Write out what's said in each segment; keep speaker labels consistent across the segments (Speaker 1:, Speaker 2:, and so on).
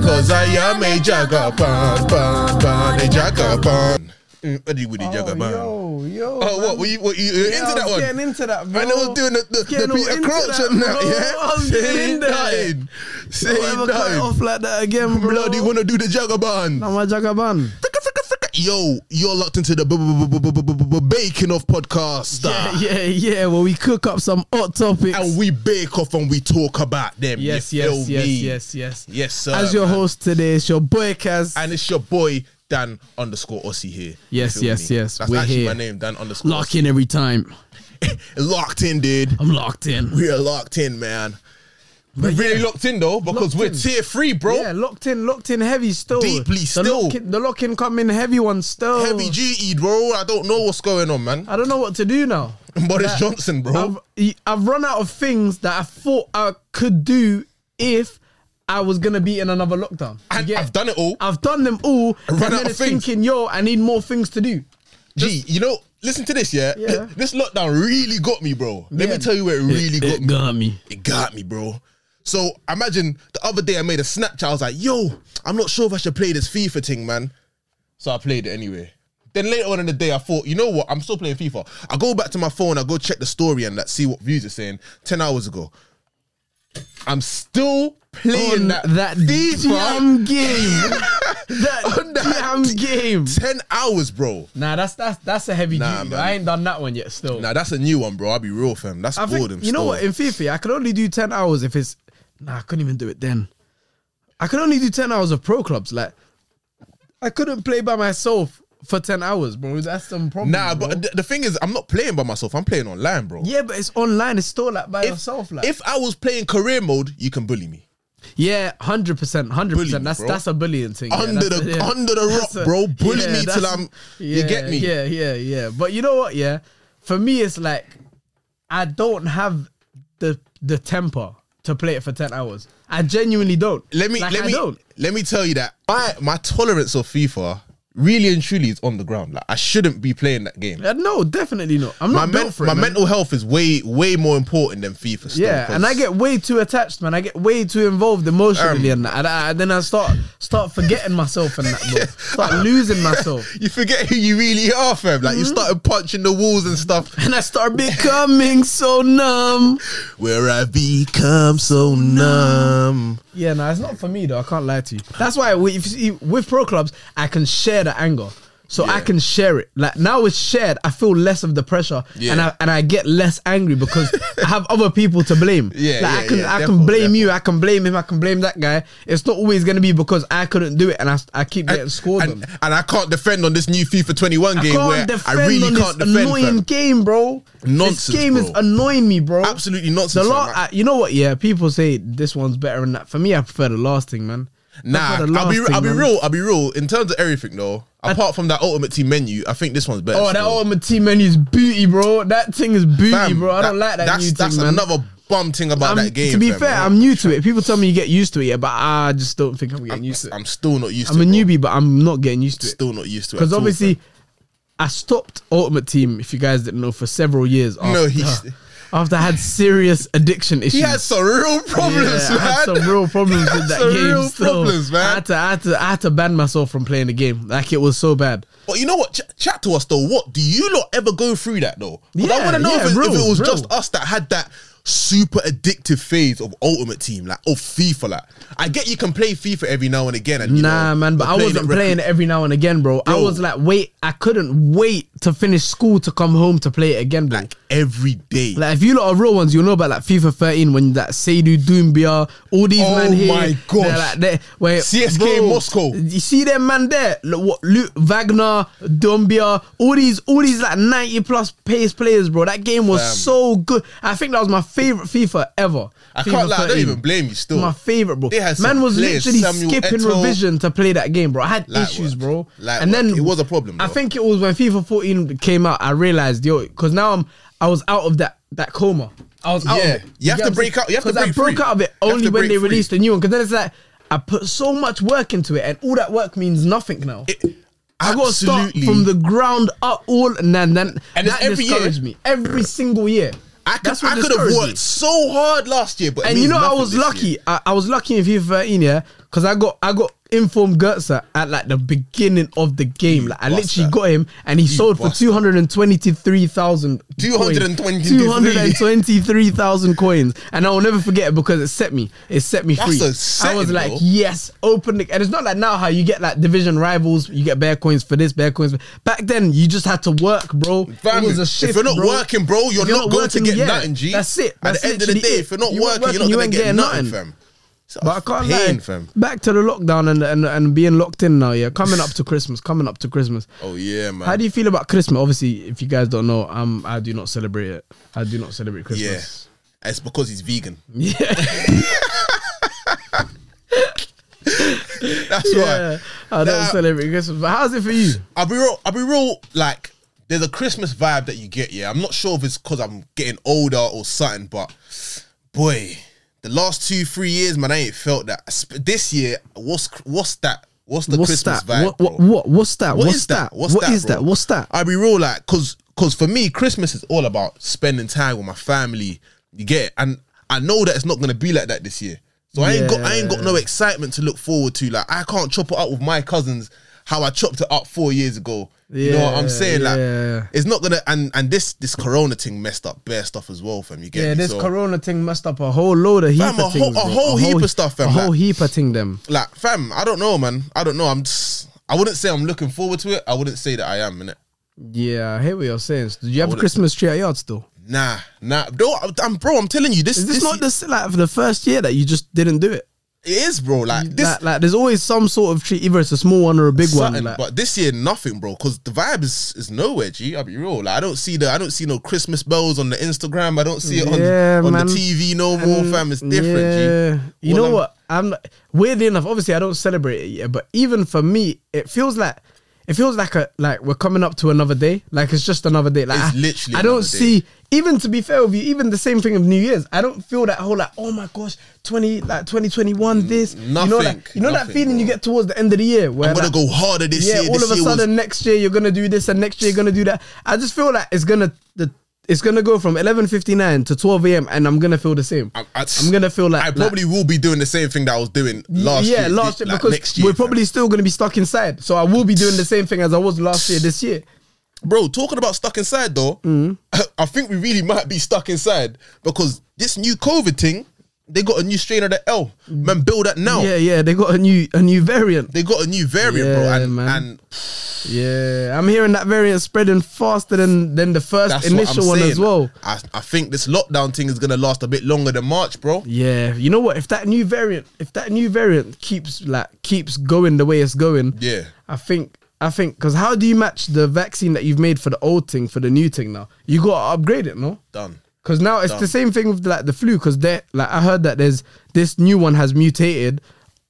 Speaker 1: Cause I am a jagaban, ban, ban, a jagaban. Mm, What do you with the jagaban?
Speaker 2: Oh, yo, yo.
Speaker 1: Oh, what were you? What you you
Speaker 2: Yeah,
Speaker 1: into that
Speaker 2: I was
Speaker 1: one?
Speaker 2: Getting into that, bro.
Speaker 1: And I was doing the, the,
Speaker 2: Getting
Speaker 1: the
Speaker 2: all
Speaker 1: Peter
Speaker 2: into
Speaker 1: Crouch
Speaker 2: that,
Speaker 1: and that,
Speaker 2: bro.
Speaker 1: yeah?
Speaker 2: I was getting in there.
Speaker 1: nothing. Saying
Speaker 2: Don't ever cut it
Speaker 1: nothing.
Speaker 2: off like that again, bro.
Speaker 1: Bloody wanna do the jagaban.
Speaker 2: Now my jagaban.
Speaker 1: Fricka, fricka, fricka. Yo, you're locked into the b- b- b- b- b- b- b- baking off podcast.
Speaker 2: Yeah, yeah, yeah. Well, we cook up some hot topics.
Speaker 1: And we bake off and we talk about them.
Speaker 2: yes,
Speaker 1: you
Speaker 2: yes,
Speaker 1: feel
Speaker 2: yes,
Speaker 1: me?
Speaker 2: yes, yes,
Speaker 1: Yes, sir.
Speaker 2: As your
Speaker 1: man.
Speaker 2: host today, it's your boy Kaz.
Speaker 1: And it's your boy, Dan underscore Aussie here. You
Speaker 2: Yes,
Speaker 1: feel
Speaker 2: yes,
Speaker 1: me?
Speaker 2: yes,
Speaker 1: That's
Speaker 2: we're
Speaker 1: actually
Speaker 2: here.
Speaker 1: my name, Dan underscore.
Speaker 2: Lock in every time.
Speaker 1: Locked in, dude.
Speaker 2: I'm locked in.
Speaker 1: We are locked in, man. We're really locked in, though, because
Speaker 2: Locked
Speaker 1: we're
Speaker 2: in.
Speaker 1: tier three, bro.
Speaker 2: Yeah, locked in, locked in heavy still.
Speaker 1: Deeply
Speaker 2: the
Speaker 1: still.
Speaker 2: Lock in, the lock in coming heavy one still.
Speaker 1: Heavy duty, bro. I don't know what's going on, man.
Speaker 2: I don't know what to do now.
Speaker 1: Boris
Speaker 2: Like,
Speaker 1: Johnson, bro.
Speaker 2: I've, I've run out of things that I thought I could do if I was gonna be in another lockdown. You
Speaker 1: and
Speaker 2: get-
Speaker 1: I've done it all.
Speaker 2: I've done them all.
Speaker 1: run
Speaker 2: and
Speaker 1: out
Speaker 2: then
Speaker 1: of
Speaker 2: it's
Speaker 1: things.
Speaker 2: thinking, yo, I need more things to do.
Speaker 1: Gee, you know, listen to this, yeah?
Speaker 2: Yeah.
Speaker 1: This lockdown really got me, bro. Let
Speaker 2: Yeah.
Speaker 1: me tell you where it really got me.
Speaker 2: got me.
Speaker 1: It got me, bro. So imagine the other day I made a Snapchat. I was like, yo, I'm not sure if I should play this FIFA thing, man. So I played it anyway. Then later on in the day, I thought, you know what? I'm still playing FIFA. I go back to my phone, I go check the story and like, see what views it's saying 10 hours ago. I'm still playing
Speaker 2: On
Speaker 1: that,
Speaker 2: that,
Speaker 1: FIFA
Speaker 2: damn game. that,
Speaker 1: On that
Speaker 2: damn game.
Speaker 1: 10 hours, bro.
Speaker 2: Nah, that's that's that's a heavy
Speaker 1: Nah,
Speaker 2: duty.
Speaker 1: man.
Speaker 2: I ain't done that one yet still.
Speaker 1: Nah, that's a new one, bro. I'll be real, fam. That's
Speaker 2: I think,
Speaker 1: boredom.
Speaker 2: you know
Speaker 1: still.
Speaker 2: what? In FIFA, I could only do ten hours if it's. Nah, I couldn't even do it then. I could only do ten hours of pro clubs. Like, I couldn't play by myself for ten hours, bro. That's some problem.
Speaker 1: Nah,
Speaker 2: bro.
Speaker 1: but th- the thing is, I'm not playing by myself. I'm playing online, bro.
Speaker 2: yeah, but it's online. It's still like by
Speaker 1: If-
Speaker 2: yourself. Like,
Speaker 1: if I was playing career mode, you can bully me.
Speaker 2: yeah, hundred percent, hundred
Speaker 1: Bully,
Speaker 2: percent. That's
Speaker 1: bro.
Speaker 2: that's a bullying thing. yeah,
Speaker 1: under
Speaker 2: that's-
Speaker 1: the
Speaker 2: yeah.
Speaker 1: under the rock,
Speaker 2: That's a-
Speaker 1: bro. Bully
Speaker 2: yeah,
Speaker 1: me till
Speaker 2: that's-
Speaker 1: I'm.
Speaker 2: yeah,
Speaker 1: you get me?
Speaker 2: Yeah, yeah, yeah. But you know what? Yeah, for me, it's like I don't have the the temper to play it for ten hours. I genuinely don't.
Speaker 1: Let me
Speaker 2: Like,
Speaker 1: let
Speaker 2: I
Speaker 1: me
Speaker 2: Don't.
Speaker 1: let me tell you that my my tolerance of FIFA really and truly is on the ground. Like I shouldn't be playing that game.
Speaker 2: Uh, No, definitely not. I'm
Speaker 1: My
Speaker 2: not built
Speaker 1: men,
Speaker 2: for it.
Speaker 1: my
Speaker 2: man.
Speaker 1: mental health is way way more important than FIFA. Still,
Speaker 2: yeah, and I
Speaker 1: 'cause Um,
Speaker 2: get way too attached, man. I get way too involved emotionally, and that. And I, and then I start start forgetting myself and that, bro. Start losing myself,
Speaker 1: you forget who you really are, fam. Like you
Speaker 2: Mm-hmm.
Speaker 1: started punching the walls and stuff.
Speaker 2: and I start becoming so numb.
Speaker 1: Where I become so numb.
Speaker 2: Yeah, no, it's not for me though. I can't lie to you. That's why with, if you see, with pro clubs, I can share the anger, so I
Speaker 1: Yeah.
Speaker 2: can share it. Like now it's shared, I feel less of the pressure,
Speaker 1: Yeah.
Speaker 2: and I and I get less angry because I have other people to blame.
Speaker 1: Yeah,
Speaker 2: like, I
Speaker 1: yeah,
Speaker 2: can
Speaker 1: yeah,
Speaker 2: I
Speaker 1: defo,
Speaker 2: can blame you, I can blame him, I can blame that guy. It's not always gonna be because I couldn't do it, and I I keep getting scored
Speaker 1: And,
Speaker 2: on.
Speaker 1: and I can't defend on this new FIFA 21
Speaker 2: I
Speaker 1: game where
Speaker 2: can't
Speaker 1: I
Speaker 2: defend
Speaker 1: really
Speaker 2: on
Speaker 1: can't
Speaker 2: this
Speaker 1: defend.
Speaker 2: annoying
Speaker 1: fam.
Speaker 2: game, bro.
Speaker 1: Nonsense,
Speaker 2: this game is
Speaker 1: bro.
Speaker 2: annoying me, bro.
Speaker 1: Absolutely nonsense.
Speaker 2: The
Speaker 1: fam.
Speaker 2: last,
Speaker 1: Like-
Speaker 2: you know what? Yeah, people say this one's better than that. For me, I prefer the last thing, man. I
Speaker 1: Nah,
Speaker 2: prefer the
Speaker 1: I'll be
Speaker 2: last thing,
Speaker 1: I'll be
Speaker 2: man.
Speaker 1: real. I'll be real. In terms of everything though, apart from that Ultimate Team menu, I think this one's better.
Speaker 2: Oh, that
Speaker 1: still.
Speaker 2: Ultimate Team menu is booty, bro. That thing is booty,
Speaker 1: Fam,
Speaker 2: bro. I don't like that
Speaker 1: That's
Speaker 2: new
Speaker 1: that's
Speaker 2: thing, man.
Speaker 1: another bum thing about
Speaker 2: I'm-
Speaker 1: that game.
Speaker 2: to be
Speaker 1: fam.
Speaker 2: fair, I'm new to it. People tell me you get used to it, yeah, but I just don't think I'm getting used to it.
Speaker 1: I'm still not used.
Speaker 2: I'm
Speaker 1: to
Speaker 2: a
Speaker 1: it, bro.
Speaker 2: newbie, but I'm not getting used to it.
Speaker 1: Still not used to it.
Speaker 2: Because
Speaker 1: at all,
Speaker 2: obviously, I stopped Ultimate Team, if you guys didn't know, for several years after,
Speaker 1: Oh, No, he's-
Speaker 2: after I had serious addiction issues.
Speaker 1: fam. he had some real problems,
Speaker 2: Yeah,
Speaker 1: man.
Speaker 2: I had some real problems
Speaker 1: He had
Speaker 2: with that
Speaker 1: some
Speaker 2: game.
Speaker 1: real
Speaker 2: still.
Speaker 1: problems, man.
Speaker 2: I had, to, I, had to, I had to ban myself from playing the game. Like it was so bad.
Speaker 1: But you know what? Ch- chat to us though. What do you lot ever go through that though? 'Cause I
Speaker 2: Yeah,
Speaker 1: want to know
Speaker 2: yeah,
Speaker 1: if, it, if
Speaker 2: real,
Speaker 1: it was
Speaker 2: real.
Speaker 1: just us that had that super addictive phase of Ultimate Team, like of FIFA. Like I get you can play FIFA every now and again, and you
Speaker 2: nah,
Speaker 1: know,
Speaker 2: man. But I wasn't
Speaker 1: it recre-
Speaker 2: playing it every now and again, bro. I
Speaker 1: Bro.
Speaker 2: was like, wait, I couldn't wait to finish school to come home to play it again, bro. Like,
Speaker 1: like every day.
Speaker 2: if you lot are real ones, you'll know about like FIFA 13 when that Seidu Doombia, all these
Speaker 1: Oh
Speaker 2: man here.
Speaker 1: my
Speaker 2: they're
Speaker 1: gosh.
Speaker 2: Like, they're, where,
Speaker 1: CSK
Speaker 2: bro,
Speaker 1: Moscow.
Speaker 2: You see them man there? Look, what, Luke Wagner, Dumbia, all these, all these like 90 plus pace players, bro. That game was
Speaker 1: Fam.
Speaker 2: so good. I think that was my favorite FIFA ever.
Speaker 1: I
Speaker 2: FIFA
Speaker 1: can't lie, I don't
Speaker 2: 13.
Speaker 1: even blame you still.
Speaker 2: My favorite, bro.
Speaker 1: They had some
Speaker 2: Man was
Speaker 1: players,
Speaker 2: literally
Speaker 1: Samuel
Speaker 2: skipping
Speaker 1: Eto'o.
Speaker 2: revision to play that game, bro. I had
Speaker 1: Light
Speaker 2: issues,
Speaker 1: work.
Speaker 2: bro.
Speaker 1: Light
Speaker 2: and
Speaker 1: work.
Speaker 2: then
Speaker 1: It was a problem,
Speaker 2: I
Speaker 1: though.
Speaker 2: think it was when FIFA 14 came out. I realized, yo, because now I'm I was out of that that coma. I was out.
Speaker 1: Yeah.
Speaker 2: of it.
Speaker 1: You have to
Speaker 2: get what I'm
Speaker 1: break
Speaker 2: saying?
Speaker 1: out- you have to
Speaker 2: 'Cause I
Speaker 1: break
Speaker 2: broke
Speaker 1: free.
Speaker 2: out of it
Speaker 1: You have
Speaker 2: only
Speaker 1: to
Speaker 2: when
Speaker 1: break
Speaker 2: they
Speaker 1: free.
Speaker 2: released the new one. Because then it's like I put so much work into it, and all that work means nothing now. I got to start
Speaker 1: Absolutely.
Speaker 2: from the ground up all, and then, then
Speaker 1: And it's
Speaker 2: that
Speaker 1: every year.
Speaker 2: discouraged me every single year.
Speaker 1: I could,
Speaker 2: That's what
Speaker 1: I could have
Speaker 2: discouraged
Speaker 1: worked
Speaker 2: me.
Speaker 1: so hard last year, but it
Speaker 2: And you
Speaker 1: means
Speaker 2: know, I
Speaker 1: nothing
Speaker 2: was
Speaker 1: this year.
Speaker 2: lucky. I, I was lucky in FIFA 13, yeah, because I got I got informed Goetze at like the beginning of the game. Like I
Speaker 1: bastard.
Speaker 2: literally got him, and he sold for
Speaker 1: bastard.
Speaker 2: two hundred and twenty-three thousand.
Speaker 1: 223.
Speaker 2: Two hundred and twenty-three thousand coins, and I will never forget it because it set me. It set me
Speaker 1: That's
Speaker 2: free.
Speaker 1: a setting,
Speaker 2: I was like,
Speaker 1: though.
Speaker 2: yes, open the. And it's not like now how you get like division rivals. You get bare coins for this, bare coins. For, back then, you just had to work, bro.
Speaker 1: Fam,
Speaker 2: it was a shift,
Speaker 1: if you're not
Speaker 2: bro.
Speaker 1: working, bro, you're,
Speaker 2: If
Speaker 1: not, going to
Speaker 2: working,
Speaker 1: get
Speaker 2: yeah,
Speaker 1: nothing, G.
Speaker 2: That's it.
Speaker 1: At
Speaker 2: That's
Speaker 1: the end of the day,
Speaker 2: literally it.
Speaker 1: if you're not
Speaker 2: You weren't
Speaker 1: working, you're not
Speaker 2: you
Speaker 1: going
Speaker 2: ain't
Speaker 1: to get
Speaker 2: getting
Speaker 1: nothing, fam. It's a
Speaker 2: But I can't
Speaker 1: pain,
Speaker 2: lie.
Speaker 1: fam.
Speaker 2: Back to the lockdown and, and and being locked in now. Yeah, coming up to Christmas. Coming up to Christmas.
Speaker 1: Oh yeah, man.
Speaker 2: How do you feel about Christmas? Obviously, if you guys don't know, um, I do not celebrate it. I do not celebrate
Speaker 1: yeah,
Speaker 2: Christmas.
Speaker 1: it's because he's vegan.
Speaker 2: Yeah.
Speaker 1: That's why.
Speaker 2: yeah. I don't
Speaker 1: Nah.
Speaker 2: celebrate Christmas. But how's it for you?
Speaker 1: I'll be real. I'll be real. Like, there's a Christmas vibe that you get. Yeah, I'm not sure if it's because I'm getting older or something, but boy, the last two, three years, man, I ain't felt that. Sp- This year, what's what's that? What's the
Speaker 2: What's
Speaker 1: Christmas
Speaker 2: that?
Speaker 1: vibe?
Speaker 2: what,
Speaker 1: bro?
Speaker 2: what, what what's that?
Speaker 1: What
Speaker 2: what's
Speaker 1: is
Speaker 2: that?
Speaker 1: that? What's
Speaker 2: What
Speaker 1: that,
Speaker 2: is
Speaker 1: bro?
Speaker 2: that? What's that?
Speaker 1: I'll be real, like, cause, cause for me, Christmas is all about spending time with my family. You get it? And I know that it's not gonna be like that this year. So I ain't got, I ain't got no excitement to look forward to. Like, I can't chop it up with my cousins how I chopped it up four years ago. you know what I'm
Speaker 2: Yeah,
Speaker 1: saying?
Speaker 2: yeah.
Speaker 1: Like, it's not gonna. And and this this Corona thing messed up bare stuff as well, fam. You get
Speaker 2: Yeah,
Speaker 1: me?
Speaker 2: this
Speaker 1: So,
Speaker 2: corona thing messed up a whole load of heap
Speaker 1: Fam, a whole-
Speaker 2: of things.
Speaker 1: a
Speaker 2: bro.
Speaker 1: whole heap of stuff, fam,
Speaker 2: A whole
Speaker 1: like-
Speaker 2: heap of thing them.
Speaker 1: like, fam, I don't know, man. I don't know. I'm just. I wouldn't say I'm looking forward to it. I wouldn't say that I am, innit?
Speaker 2: Yeah, I hear what you're saying. Do you have a
Speaker 1: wouldn't-
Speaker 2: Christmas tree at yard still?
Speaker 1: Nah, nah, bro. I'm bro. I'm telling you, this
Speaker 2: Is this, not this like for the first year that you just didn't do it?
Speaker 1: It is, bro. Like this,
Speaker 2: like, like there's always some sort of tree, either it's a small one or a big
Speaker 1: something,
Speaker 2: one. Like,
Speaker 1: but this year nothing, bro. Because the vibe is is nowhere. G, I'll be real. Like I don't see the, I don't see no Christmas bells on the Instagram. I don't see it on,
Speaker 2: Yeah,
Speaker 1: on the
Speaker 2: man.
Speaker 1: TV no more, fam. It's different, G.
Speaker 2: Yeah. You
Speaker 1: All
Speaker 2: know
Speaker 1: I'm-
Speaker 2: what? I'm weirdly enough. Obviously, I don't celebrate it yet, but even for me, it feels like it feels like a like we're coming up to another day. Like it's just another day. Like
Speaker 1: It's
Speaker 2: I,
Speaker 1: literally
Speaker 2: I don't
Speaker 1: another day.
Speaker 2: see. Even to be fair with you, even the same thing of New Year's, I don't feel that whole like oh my gosh, twenty like twenty twenty one this. you know,
Speaker 1: nothing,
Speaker 2: that you know that
Speaker 1: nothing,
Speaker 2: feeling you
Speaker 1: bro.
Speaker 2: get towards the end of the year where
Speaker 1: I'm gonna
Speaker 2: like,
Speaker 1: go harder this
Speaker 2: yeah,
Speaker 1: year.
Speaker 2: all
Speaker 1: this
Speaker 2: of a
Speaker 1: year was-
Speaker 2: sudden next year you're gonna do this and next year you're gonna do that. I just feel like it's gonna the it's gonna go from eleven fifty nine to twelve a.m. and I'm gonna feel the same.
Speaker 1: I, I,
Speaker 2: I'm gonna feel like
Speaker 1: I probably will be doing the same thing that I was doing last
Speaker 2: yeah,
Speaker 1: year.
Speaker 2: last year
Speaker 1: like,
Speaker 2: because
Speaker 1: next year,
Speaker 2: we're
Speaker 1: fam.
Speaker 2: probably still gonna be stuck inside. So I will be doing the same thing as I was last year this year.
Speaker 1: Bro, talking about stuck inside though,
Speaker 2: Mm.
Speaker 1: I think we really might be stuck inside because this new COVID thing, they got a new strain of the L. Man, build that now.
Speaker 2: Yeah, yeah, they got a new a new variant.
Speaker 1: They got a new variant, bro,
Speaker 2: Yeah,
Speaker 1: and,
Speaker 2: man.
Speaker 1: and
Speaker 2: Yeah, I'm hearing that variant spreading faster than than the first
Speaker 1: that's
Speaker 2: initial
Speaker 1: what I'm
Speaker 2: one
Speaker 1: saying.
Speaker 2: as well.
Speaker 1: I, I think this lockdown thing is gonna last a bit longer than March, bro.
Speaker 2: Yeah, you know what? If that new variant, if that new variant keeps like keeps going the way it's going,
Speaker 1: Yeah.
Speaker 2: I think I think because how do you match the vaccine that you've made for the old thing for the new thing now? You gotta upgrade it, no?
Speaker 1: Done.
Speaker 2: Because now it's the same thing with like the flu. Because they like I heard that there's this new one has mutated,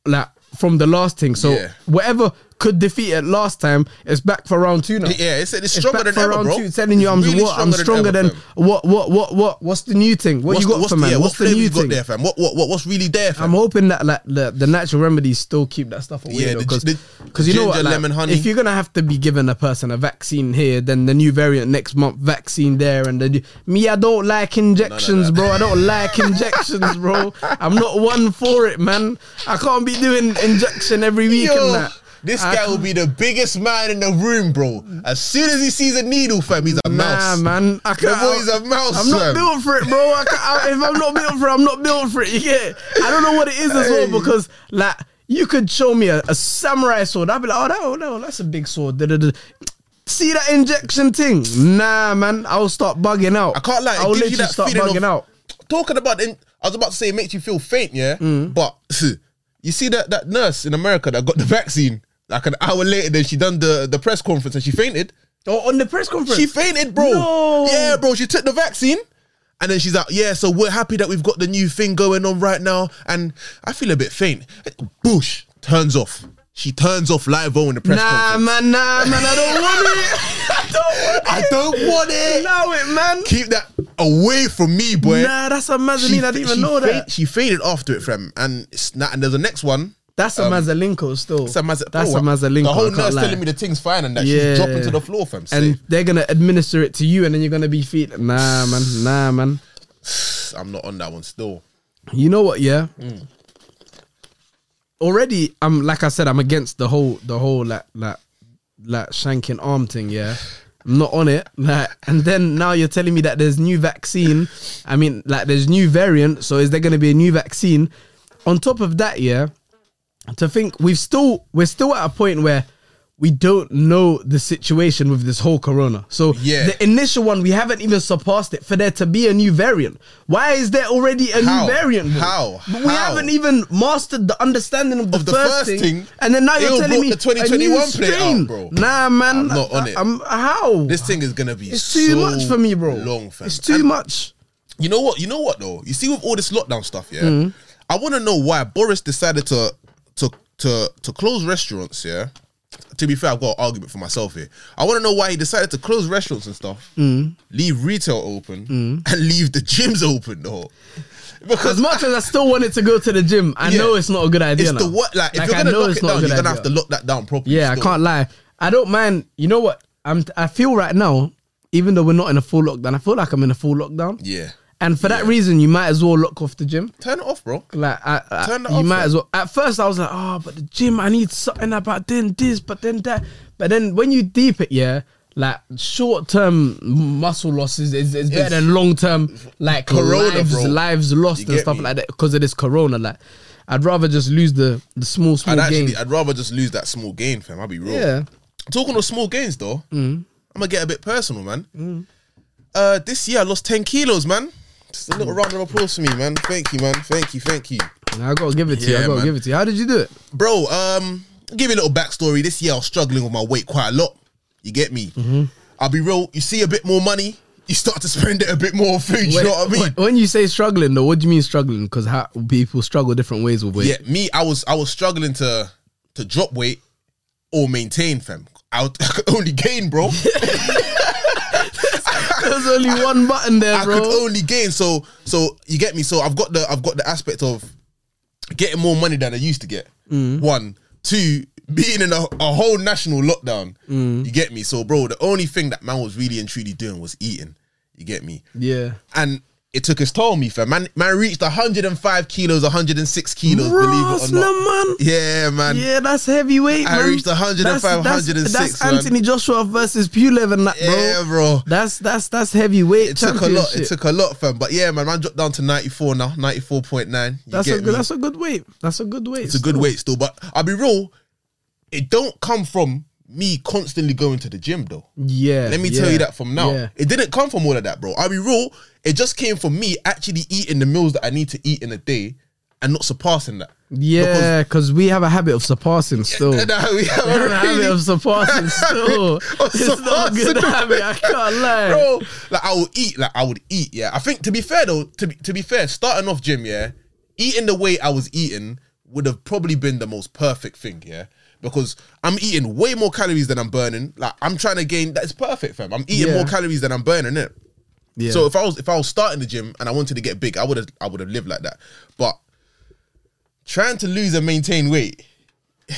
Speaker 2: like from the last thing. So
Speaker 1: Yeah.
Speaker 2: whatever could defeat it last time, it's back for round two now.
Speaker 1: Yeah, it's, it's
Speaker 2: It's
Speaker 1: stronger
Speaker 2: back
Speaker 1: than
Speaker 2: for
Speaker 1: ever,
Speaker 2: round
Speaker 1: bro.
Speaker 2: two. It's telling you
Speaker 1: It's
Speaker 2: I'm
Speaker 1: really
Speaker 2: what I'm stronger
Speaker 1: ever,
Speaker 2: than
Speaker 1: fam.
Speaker 2: what what what what what's the new thing? What
Speaker 1: What's
Speaker 2: you got
Speaker 1: the- what's
Speaker 2: for
Speaker 1: the,
Speaker 2: man?
Speaker 1: yeah,
Speaker 2: what's
Speaker 1: what
Speaker 2: the
Speaker 1: flavour
Speaker 2: new
Speaker 1: you got
Speaker 2: thing?
Speaker 1: there, fam? What, what, what, what's really there, fam?
Speaker 2: I'm hoping that like the, the natural remedies still keep that stuff away.
Speaker 1: Yeah,
Speaker 2: Yeah,
Speaker 1: the-
Speaker 2: because
Speaker 1: the
Speaker 2: you know what,
Speaker 1: ginger,
Speaker 2: like,
Speaker 1: lemon, honey.
Speaker 2: If you're gonna have to be giving a person a vaccine here, then the new variant next month, vaccine there, and then me, I don't like injections, bro. I don't like injections, bro. I'm not one for it, man. I can't be doing injection every week
Speaker 1: Yo,
Speaker 2: and that.
Speaker 1: This
Speaker 2: I
Speaker 1: guy will be the biggest man in the room, bro. As soon as he sees a needle, fam, he's a
Speaker 2: Nah,
Speaker 1: mouse.
Speaker 2: man. I
Speaker 1: The
Speaker 2: can't.
Speaker 1: boy's a mouse,
Speaker 2: I'm not
Speaker 1: fam.
Speaker 2: built for it, bro. I can't, I- if I'm not built for it, I'm not built for it. You get it? I don't know what it is as
Speaker 1: Hey.
Speaker 2: well because, like, you could show me a, a samurai sword. I'd be like, oh, that, oh, no, that's a big sword. Da, da, da. See that injection thing? Nah, man. I'll start bugging out.
Speaker 1: I can't lie. It
Speaker 2: I'll
Speaker 1: gives
Speaker 2: literally
Speaker 1: you that
Speaker 2: start
Speaker 1: feeling
Speaker 2: bugging
Speaker 1: of,
Speaker 2: out.
Speaker 1: Talking about, in, I was about to say it makes you feel faint, yeah.
Speaker 2: Mm.
Speaker 1: But you see that that nurse in America that got the vaccine like an hour later, then she done the the press conference and she fainted.
Speaker 2: Or Oh, on the press conference.
Speaker 1: She fainted, bro.
Speaker 2: No.
Speaker 1: Yeah, bro. She took the vaccine. And then she's like, yeah, so we're happy that we've got the new thing going on right now. And I feel a bit faint. Boosh turns off. She turns off live on in the press
Speaker 2: nah,
Speaker 1: conference.
Speaker 2: man. Nah, man. I don't want it. I don't want it.
Speaker 1: I don't want it.
Speaker 2: Allow it, man.
Speaker 1: Keep that away from me, boy.
Speaker 2: Nah, that's a mezzanine. I didn't
Speaker 1: she
Speaker 2: even know
Speaker 1: faint-
Speaker 2: that.
Speaker 1: She faded after it, fam. And it's not, and there's a next one.
Speaker 2: That's a Mazalinko still.
Speaker 1: Um, It's a Maz-
Speaker 2: That's
Speaker 1: bro,
Speaker 2: a Mazalinko.
Speaker 1: The whole
Speaker 2: I can't
Speaker 1: nurse
Speaker 2: lie.
Speaker 1: telling me the thing's fine and that
Speaker 2: Yeah.
Speaker 1: she's dropping to the floor, fam.
Speaker 2: and
Speaker 1: Safe.
Speaker 2: they're gonna administer it to you, and then you're gonna be feeling nah, man, nah, man.
Speaker 1: I'm not on that one still.
Speaker 2: You know what? Yeah. Already, I'm like I said, I'm against the whole the whole like like like shanking arm thing. Yeah, I'm not on it. Like, and then now you're telling me that there's new vaccine. I mean, like there's new variant. So is there going to be a new vaccine? On top of that, yeah, to think we've still we're still at a point where. We don't know the situation with this whole corona. So
Speaker 1: Yeah.
Speaker 2: the initial one, we haven't even surpassed it for there to be a new variant. Why is there already a
Speaker 1: How?
Speaker 2: new variant. bro.
Speaker 1: How?
Speaker 2: But we
Speaker 1: How?
Speaker 2: haven't even mastered the understanding of the,
Speaker 1: Of the
Speaker 2: first,
Speaker 1: first
Speaker 2: thing,
Speaker 1: thing,
Speaker 2: and then now you're
Speaker 1: it'll
Speaker 2: telling
Speaker 1: brought
Speaker 2: me
Speaker 1: the
Speaker 2: 2021 a
Speaker 1: 2021
Speaker 2: new
Speaker 1: plate out,
Speaker 2: strain.
Speaker 1: bro.
Speaker 2: Nah, man,
Speaker 1: I'm not on it.
Speaker 2: I'm- how?
Speaker 1: This thing is gonna be
Speaker 2: it's too
Speaker 1: so
Speaker 2: much for me, bro.
Speaker 1: Long, fam.
Speaker 2: It's too
Speaker 1: And
Speaker 2: much.
Speaker 1: You know what? You know what though? You see with all this lockdown stuff, yeah.
Speaker 2: Hmm.
Speaker 1: I want to know why Boris decided to to to to close restaurants, yeah. To be fair, I've got an argument for myself here. I want to know why he decided to close restaurants and stuff,
Speaker 2: Hmm.
Speaker 1: leave retail open, and leave the gyms open though. Because
Speaker 2: As much as I still wanted to go to the gym, I
Speaker 1: Yeah.
Speaker 2: know it's not a good idea.
Speaker 1: it's the
Speaker 2: now.
Speaker 1: what like, if
Speaker 2: Like,
Speaker 1: you're
Speaker 2: I
Speaker 1: gonna
Speaker 2: know
Speaker 1: lock
Speaker 2: it's
Speaker 1: it
Speaker 2: not a
Speaker 1: down,
Speaker 2: good
Speaker 1: you're gonna
Speaker 2: idea.
Speaker 1: have to lock that down properly.
Speaker 2: Yeah,
Speaker 1: still.
Speaker 2: I can't lie. I don't mind. You know what? I'm. I feel right now, even though we're not in a full lockdown, I feel like I'm in a full lockdown.
Speaker 1: Yeah,
Speaker 2: And for that reason, you might as well lock off the gym.
Speaker 1: turn it off, bro.
Speaker 2: Like I, I
Speaker 1: Turn that
Speaker 2: you
Speaker 1: off,
Speaker 2: might
Speaker 1: fam.
Speaker 2: as well. At first, I was like, oh, but the gym, I need something about doing this, but then that. But then when you deep it, yeah, like short term muscle losses is, is better
Speaker 1: It's-
Speaker 2: than long term, like
Speaker 1: Corona,
Speaker 2: lives,
Speaker 1: bro.
Speaker 2: lives lost
Speaker 1: You
Speaker 2: and
Speaker 1: get
Speaker 2: stuff
Speaker 1: me?
Speaker 2: like that because of this corona. Like, I'd rather just lose the the small small
Speaker 1: I'd
Speaker 2: gain.
Speaker 1: actually, I'd rather just lose that small gain, fam. I'll be real.
Speaker 2: yeah,
Speaker 1: Talking of small gains, though, I'm gonna get a bit personal, man. Uh, this year I lost ten kilos, man. Just a little round of applause for me, man. Thank you, man. Thank you, thank you,
Speaker 2: I gotta give it to you. I
Speaker 1: Yeah,
Speaker 2: gotta
Speaker 1: man.
Speaker 2: give it to you. How did you do it?
Speaker 1: bro. Um, I'll give you a little backstory. This year I was struggling with my weight quite a lot. You get me? I'll be real. You see a bit more money, you start to spend it a bit more on food. you know what I mean?
Speaker 2: When, when you say struggling, though, what do you mean struggling? Because how people struggle different ways with weight.
Speaker 1: Yeah, me, I was I was struggling to to drop weight or maintain, fam. I, would- I could only gain, bro.
Speaker 2: There's only one button there,
Speaker 1: I
Speaker 2: bro.
Speaker 1: could only gain. So so you get me. So I've got the I've got the aspect of getting more money than I used to get.
Speaker 2: Mm.
Speaker 1: One, two, being in a, a whole national lockdown.
Speaker 2: Mm.
Speaker 1: You get me. So bro, the only thing that man was really and truly doing was eating. You get me.
Speaker 2: yeah.
Speaker 1: And it took its toll on me, fam. Man, man reached 105 kilos, 106 kilos, believe it or
Speaker 2: Rosner,
Speaker 1: not.
Speaker 2: man.
Speaker 1: Yeah, man.
Speaker 2: Yeah, that's heavyweight.
Speaker 1: I
Speaker 2: man.
Speaker 1: reached 105,
Speaker 2: That's- that's-
Speaker 1: 106,
Speaker 2: That's
Speaker 1: man.
Speaker 2: Anthony Joshua versus Pulev and that, bro.
Speaker 1: Yeah, bro.
Speaker 2: That's that's that's heavyweight.
Speaker 1: It took a lot. It
Speaker 2: championship.
Speaker 1: took a lot, fam. But yeah, man, man dropped down to 94 now, 94.9. You
Speaker 2: That's
Speaker 1: get
Speaker 2: a good.
Speaker 1: me?
Speaker 2: That's a good weight. That's a good weight.
Speaker 1: it's a good weight still. But I'll be real, it don't come from me constantly going to the gym though.
Speaker 2: Yeah.
Speaker 1: Let me
Speaker 2: yeah,
Speaker 1: tell you that from now.
Speaker 2: yeah.
Speaker 1: It didn't come from all of that, bro. I'll be real, it just came from me actually eating the meals that I need to eat in a day and not surpassing that.
Speaker 2: Yeah, because we have a habit of surpassing still.
Speaker 1: And I- we have
Speaker 2: We have
Speaker 1: a
Speaker 2: a habit
Speaker 1: really-
Speaker 2: of surpassing still.
Speaker 1: Of
Speaker 2: It's not a good
Speaker 1: surpassing.
Speaker 2: habit. I can't lie.
Speaker 1: bro. Like I would eat, like I would eat. Yeah, I think to be fair though, to be, to be fair, starting off gym, yeah, eating the way I was eating would have probably been the most perfect thing, yeah, because I'm eating way more calories than I'm burning. Like I'm trying to gain. That's perfect, fam. I'm eating
Speaker 2: Yeah.
Speaker 1: more calories than I'm burning it.
Speaker 2: Yeah.
Speaker 1: So if I was if I was starting the gym and I wanted to get big, I would have I would have lived like that. But trying to lose and maintain weight,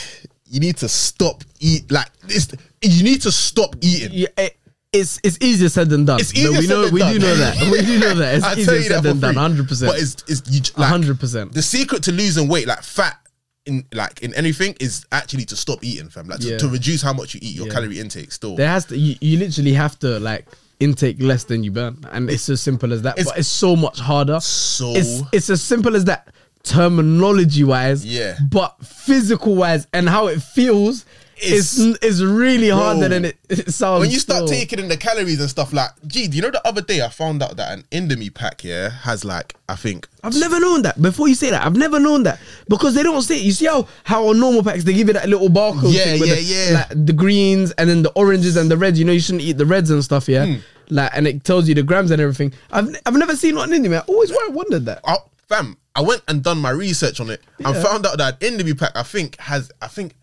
Speaker 1: you need to stop eat like this. You need to stop eating.
Speaker 2: yeah, it, it's it's easier said than done.
Speaker 1: It's
Speaker 2: No,
Speaker 1: easier
Speaker 2: we know
Speaker 1: said than
Speaker 2: we do
Speaker 1: done.
Speaker 2: know that. We do know that. It's
Speaker 1: I tell
Speaker 2: easier
Speaker 1: you
Speaker 2: said
Speaker 1: that
Speaker 2: than
Speaker 1: for
Speaker 2: done.
Speaker 1: free.
Speaker 2: Hundred percent.
Speaker 1: But it's it's you, j- like,
Speaker 2: hundred percent.
Speaker 1: The secret to losing weight, like fat, in like in anything, is actually to stop eating, fam. Like to,
Speaker 2: Yeah.
Speaker 1: to reduce how much you eat, your
Speaker 2: Yeah.
Speaker 1: calorie intake. Still,
Speaker 2: There has to you, you literally have to like intake less than you burn, and it's as simple as that.
Speaker 1: It's-
Speaker 2: but it's so much harder.
Speaker 1: So-
Speaker 2: it's it's as simple as that. Terminology wise,
Speaker 1: Yeah.
Speaker 2: but physical wise and how it feels is
Speaker 1: It's-
Speaker 2: is, really harder
Speaker 1: Bro.
Speaker 2: than it, it sounds.
Speaker 1: when you start
Speaker 2: still.
Speaker 1: taking in the calories and stuff, like, gee, do you know the other day I found out that an Indomie pack, yeah, has like I think
Speaker 2: I've never known that. Before you say that, I've never known that because they don't say. You see how how on normal packs they give you that little barcode.
Speaker 1: Yeah,
Speaker 2: thing with
Speaker 1: yeah,
Speaker 2: the,
Speaker 1: yeah.
Speaker 2: Like the greens and then the oranges and the reds. You know you shouldn't eat the reds and stuff. Yeah,
Speaker 1: Hmm.
Speaker 2: like and it tells you the grams and everything. I've I've never seen one in there. I always wondered that.
Speaker 1: I, Oh, fam, I went and done my research on it and
Speaker 2: Yeah.
Speaker 1: found out that Indomie pack, I think, has I think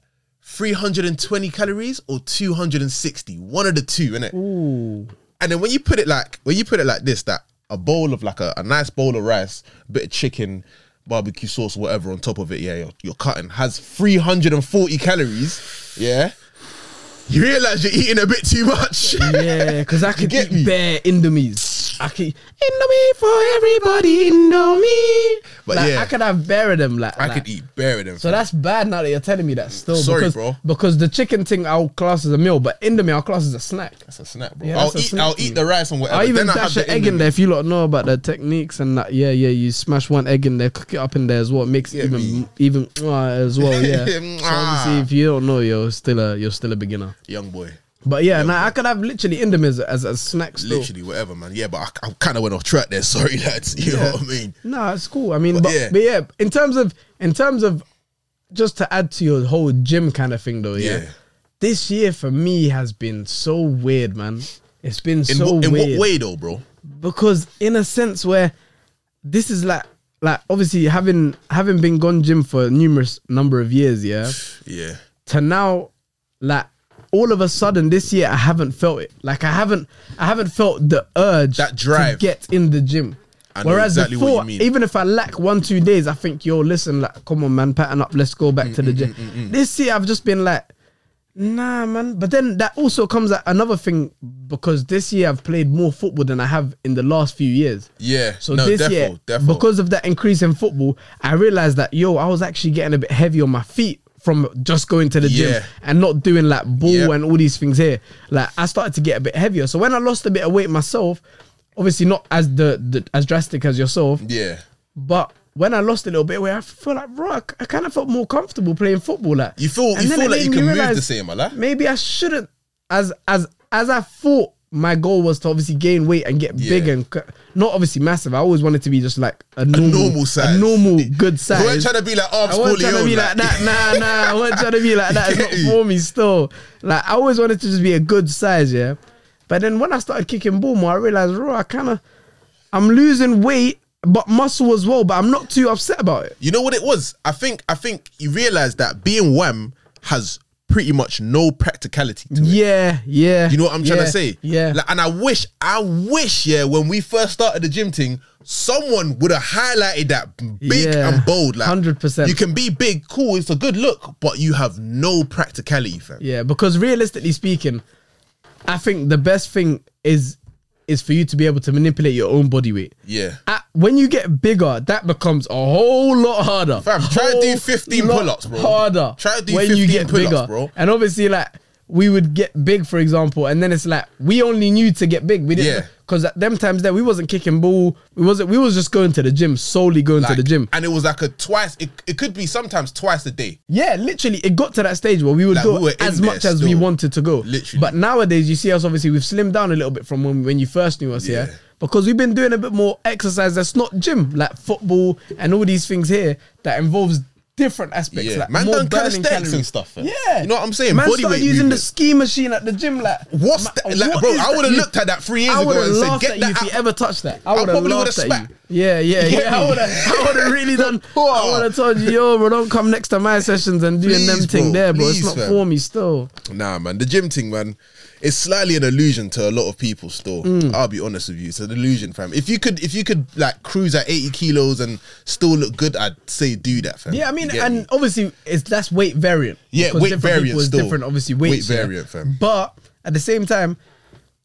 Speaker 1: 320 calories or 260. One of the two, innit? Ooh. And then when you put it like when you put it like this, that a bowl of like a, a nice bowl of rice, bit of chicken, barbecue sauce, whatever, on top of it. Yeah, you're, you're cutting has 340 calories. Yeah, you realize you're eating a bit too much.
Speaker 2: Yeah, because I could
Speaker 1: get
Speaker 2: get
Speaker 1: me?
Speaker 2: eat bare Indomies. I could eat Indomie for everybody, Indomie.
Speaker 1: But
Speaker 2: like,
Speaker 1: yeah.
Speaker 2: I could have bare of them. Like
Speaker 1: I
Speaker 2: like-
Speaker 1: could eat bare of them.
Speaker 2: So that's bad now that you're telling me that still.
Speaker 1: Sorry,
Speaker 2: because,
Speaker 1: bro.
Speaker 2: Because the chicken thing I'll class as a meal, but Indomie I'll class as a snack.
Speaker 1: That's a snack, bro.
Speaker 2: Yeah,
Speaker 1: I'll
Speaker 2: that's a
Speaker 1: eat.
Speaker 2: snack
Speaker 1: I'll
Speaker 2: to
Speaker 1: eat
Speaker 2: me.
Speaker 1: the rice and whatever.
Speaker 2: I even
Speaker 1: then I have
Speaker 2: dash an
Speaker 1: the
Speaker 2: egg in
Speaker 1: Indomie.
Speaker 2: there if you lot know about the techniques and that. Yeah, yeah, you smash one egg in there, cook it up in there as well. It makes
Speaker 1: Yeah,
Speaker 2: it even
Speaker 1: me.
Speaker 2: even mwah as well. Yeah. so
Speaker 1: Mwah.
Speaker 2: obviously, if you don't know, you're still a you're still a beginner.
Speaker 1: Young boy,
Speaker 2: But yeah, nah, I could have literally Indomie as a, as a snack still.
Speaker 1: literally whatever, man. Yeah, but I, I kind of went off track there. Sorry, lads. You know what I mean?
Speaker 2: Nah, it's cool. I mean,
Speaker 1: But
Speaker 2: but,
Speaker 1: yeah.
Speaker 2: but, yeah. in terms of in terms of just to add to your whole gym kind of thing though, yeah.
Speaker 1: Yeah.
Speaker 2: This year for me has been so weird, man. It's been
Speaker 1: In,
Speaker 2: so
Speaker 1: what, in
Speaker 2: weird
Speaker 1: what way though, bro?
Speaker 2: because in a sense where this is like like obviously having having been gone gym for numerous number of years, yeah,
Speaker 1: Yeah,
Speaker 2: to now like all of a sudden this year I haven't felt it. Like I haven't I haven't felt the urge
Speaker 1: That drive.
Speaker 2: to get in the gym.
Speaker 1: I know
Speaker 2: Whereas
Speaker 1: exactly what
Speaker 2: before,
Speaker 1: you mean.
Speaker 2: even if I lack one two days, I think yo listen, like come on man, pattern up, let's go back
Speaker 1: Mm,
Speaker 2: to the gym. This year I've just been like, nah man. But then that also comes at another thing because this year I've played more football than I have in the last few years.
Speaker 1: yeah.
Speaker 2: So
Speaker 1: no,
Speaker 2: this
Speaker 1: defo,
Speaker 2: year,
Speaker 1: defo.
Speaker 2: because of that increase in football, I realized that yo, I was actually getting a bit heavy on my feet from just going to the
Speaker 1: Yeah.
Speaker 2: gym and not doing like ball
Speaker 1: Yep.
Speaker 2: and all these things here. Like I started to get a bit heavier. So when I lost a bit of weight myself, obviously not as the, the as drastic as yourself,
Speaker 1: yeah,
Speaker 2: but when I lost a little bit of weight, I feel like bro, I, kind of felt more comfortable playing football. Like
Speaker 1: You feel- you
Speaker 2: then
Speaker 1: feel
Speaker 2: it
Speaker 1: like you
Speaker 2: made me Mm,
Speaker 1: can move the
Speaker 2: realise
Speaker 1: same, Allah?
Speaker 2: Maybe I shouldn't. As as as I thought, my goal was to obviously gain weight and get big
Speaker 1: Yeah.
Speaker 2: and c- not obviously massive. I always wanted to be just like a normal,
Speaker 1: normal size.
Speaker 2: a normal good
Speaker 1: you weren't
Speaker 2: size.
Speaker 1: trying to be like "Oh,
Speaker 2: I
Speaker 1: Arf
Speaker 2: wasn't trying to
Speaker 1: Corleone,
Speaker 2: be like that. Nah, nah. I wasn't trying to be like that. It's
Speaker 1: Get you.
Speaker 2: not for me still. Like I always wanted to just be a good size, yeah. But then when I started kicking ball more, I realized, bro, I kind of, I'm losing weight, but muscle as well. But I'm not too upset about it.
Speaker 1: You know what it was? I think I think you realize that being wham has pretty much no practicality to it.
Speaker 2: Yeah, yeah.
Speaker 1: You know what I'm trying
Speaker 2: yeah,
Speaker 1: to say?
Speaker 2: Yeah.
Speaker 1: Like, and I wish, I wish, yeah, when we first started the gym thing, someone would have highlighted that big
Speaker 2: Yeah,
Speaker 1: and bold. Like
Speaker 2: 100%.
Speaker 1: You can be big, cool, it's a good look, but you have no practicality, fam.
Speaker 2: yeah, because realistically speaking, I think the best thing is is for you to be able to manipulate your own body weight.
Speaker 1: Yeah.
Speaker 2: At, when you get bigger, that becomes a whole lot harder.
Speaker 1: Fam, try to do
Speaker 2: Whole
Speaker 1: 15
Speaker 2: lot
Speaker 1: pull-ups, bro.
Speaker 2: Harder.
Speaker 1: Try to do
Speaker 2: when
Speaker 1: 15
Speaker 2: you get
Speaker 1: pull-ups,
Speaker 2: bigger,
Speaker 1: bro.
Speaker 2: And obviously, like we would get big, for example, and then it's like we only knew to get big. We didn't
Speaker 1: Yeah.
Speaker 2: because at them times that we wasn't kicking ball. We wasn't. We was just going to the gym solely going
Speaker 1: Like,
Speaker 2: to the gym.
Speaker 1: And it was like a twice, it, it could be sometimes twice a day.
Speaker 2: Yeah, literally, it got to that stage where we would
Speaker 1: Like,
Speaker 2: go
Speaker 1: we were in
Speaker 2: as
Speaker 1: there
Speaker 2: much as we
Speaker 1: still.
Speaker 2: wanted to go.
Speaker 1: Literally.
Speaker 2: But nowadays, you see us obviously we've slimmed down a little bit from when, when you first knew us, yeah.
Speaker 1: Yeah.
Speaker 2: Because we've been doing a bit more exercise that's not gym, like football and all these things here that involves different aspects,
Speaker 1: Yeah.
Speaker 2: like
Speaker 1: Man
Speaker 2: more
Speaker 1: done
Speaker 2: burning
Speaker 1: calisthenics and
Speaker 2: calories.
Speaker 1: stuff, eh?
Speaker 2: Yeah,
Speaker 1: You know what I'm saying?
Speaker 2: Man
Speaker 1: Body
Speaker 2: started
Speaker 1: weight
Speaker 2: using
Speaker 1: movement.
Speaker 2: the ski machine at the gym, like
Speaker 1: What's
Speaker 2: ma-
Speaker 1: that? Like,
Speaker 2: what
Speaker 1: bro,
Speaker 2: is
Speaker 1: I would have
Speaker 2: You-
Speaker 1: looked at that three years
Speaker 2: I
Speaker 1: ago
Speaker 2: would've
Speaker 1: and said,
Speaker 2: laughed
Speaker 1: get
Speaker 2: at
Speaker 1: that
Speaker 2: you if
Speaker 1: out.
Speaker 2: you ever touched that. I, would have
Speaker 1: probably
Speaker 2: laughed
Speaker 1: would've
Speaker 2: at
Speaker 1: spat.
Speaker 2: you. Yeah, yeah,
Speaker 1: get
Speaker 2: yeah.
Speaker 1: me?
Speaker 2: I would have, I would have really done. I would have told you, yo, bro, don't come next to my sessions and doing them
Speaker 1: Please,
Speaker 2: thing
Speaker 1: bro.
Speaker 2: there, bro.
Speaker 1: Please,
Speaker 2: it's not
Speaker 1: fam.
Speaker 2: for me still.
Speaker 1: Nah, man, the gym thing, man, it's slightly an illusion to a lot of people. Still,
Speaker 2: Mm.
Speaker 1: I'll be honest with you, it's an illusion, fam. If you could, if you could like cruise at eighty kilos and still look good, I'd say do that, fam.
Speaker 2: Yeah, I mean,
Speaker 1: You get
Speaker 2: and
Speaker 1: me?
Speaker 2: obviously, it's that's weight variant.
Speaker 1: Yeah,
Speaker 2: because
Speaker 1: weight
Speaker 2: different
Speaker 1: variant
Speaker 2: people is
Speaker 1: still.
Speaker 2: different, obviously.
Speaker 1: Weight
Speaker 2: Weights, yeah.
Speaker 1: variant, fam.
Speaker 2: But at the same time,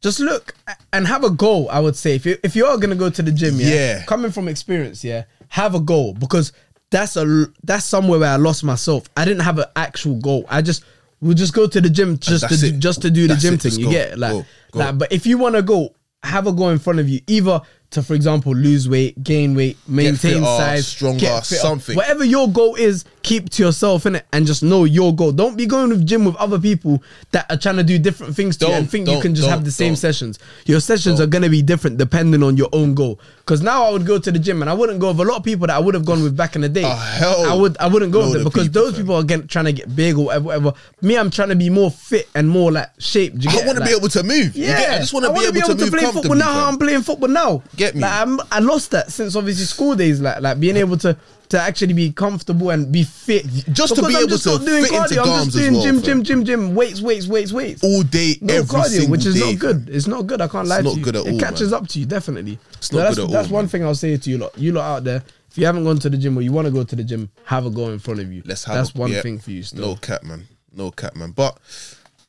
Speaker 2: just look a- and have a goal. I would say if you if you are gonna go to the gym, yeah,
Speaker 1: Yeah.
Speaker 2: coming from experience, yeah, have a goal because that's a l- that's somewhere where I lost myself. I didn't have an actual goal. I just would just go to the gym just to
Speaker 1: that's
Speaker 2: do,
Speaker 1: it.
Speaker 2: just to do the
Speaker 1: That's
Speaker 2: gym
Speaker 1: it,
Speaker 2: thing.
Speaker 1: just
Speaker 2: you
Speaker 1: go,
Speaker 2: get it? like
Speaker 1: go, go.
Speaker 2: like. But if you wanna go, have a goal in front of you, either. To, for example, lose weight, gain weight, maintain
Speaker 1: fitter,
Speaker 2: size,
Speaker 1: stronger,
Speaker 2: get fitter,
Speaker 1: something.
Speaker 2: whatever your goal is, keep to yourself in it and just know your goal. Don't be going with gym with other people that are trying to do different things to you
Speaker 1: Don't,
Speaker 2: and think
Speaker 1: don't,
Speaker 2: you can just have
Speaker 1: don't,
Speaker 2: the same
Speaker 1: don't.
Speaker 2: sessions. Your sessions are gonna be different depending on your own goal. Because now I would go to the gym and I wouldn't go with a lot of people that I would have gone with back in the day.
Speaker 1: Oh, hell
Speaker 2: I would I wouldn't go
Speaker 1: load
Speaker 2: with
Speaker 1: of
Speaker 2: it because
Speaker 1: people,
Speaker 2: those
Speaker 1: fam.
Speaker 2: people are getting, trying to get big or whatever, whatever. Me, I'm trying to be more fit and more like shaped. Do you
Speaker 1: I
Speaker 2: get it?
Speaker 1: want to
Speaker 2: Like-
Speaker 1: be able to move. Yeah,
Speaker 2: yeah,
Speaker 1: I just want to be
Speaker 2: wanna
Speaker 1: able, to move
Speaker 2: play football
Speaker 1: comfortably.
Speaker 2: now. How
Speaker 1: fam.
Speaker 2: I'm playing football now.
Speaker 1: Get me.
Speaker 2: Like, I'm, I lost that since obviously school days. Like, like being able to to actually be comfortable and be fit.
Speaker 1: Just to be able to fit into garms
Speaker 2: I'm just
Speaker 1: as
Speaker 2: doing
Speaker 1: well,
Speaker 2: gym,
Speaker 1: fam.
Speaker 2: gym, gym, gym, weights, weights, weights, weights.
Speaker 1: All day,
Speaker 2: No
Speaker 1: every
Speaker 2: cardio,
Speaker 1: single
Speaker 2: which is
Speaker 1: day,
Speaker 2: not good. It's not good. I can't lie
Speaker 1: not
Speaker 2: to you.
Speaker 1: good at
Speaker 2: it
Speaker 1: all,
Speaker 2: catches
Speaker 1: man.
Speaker 2: up to you definitely. It's
Speaker 1: not
Speaker 2: that's,
Speaker 1: good at
Speaker 2: That's
Speaker 1: all,
Speaker 2: one
Speaker 1: man.
Speaker 2: thing I'll say to you lot. You lot out there, If you haven't gone to the gym or you want to go to the gym, have a go in front of you.
Speaker 1: Let's have
Speaker 2: That's
Speaker 1: a-
Speaker 2: one
Speaker 1: yeah.
Speaker 2: thing for you still.
Speaker 1: No cap, man. No cap, man. But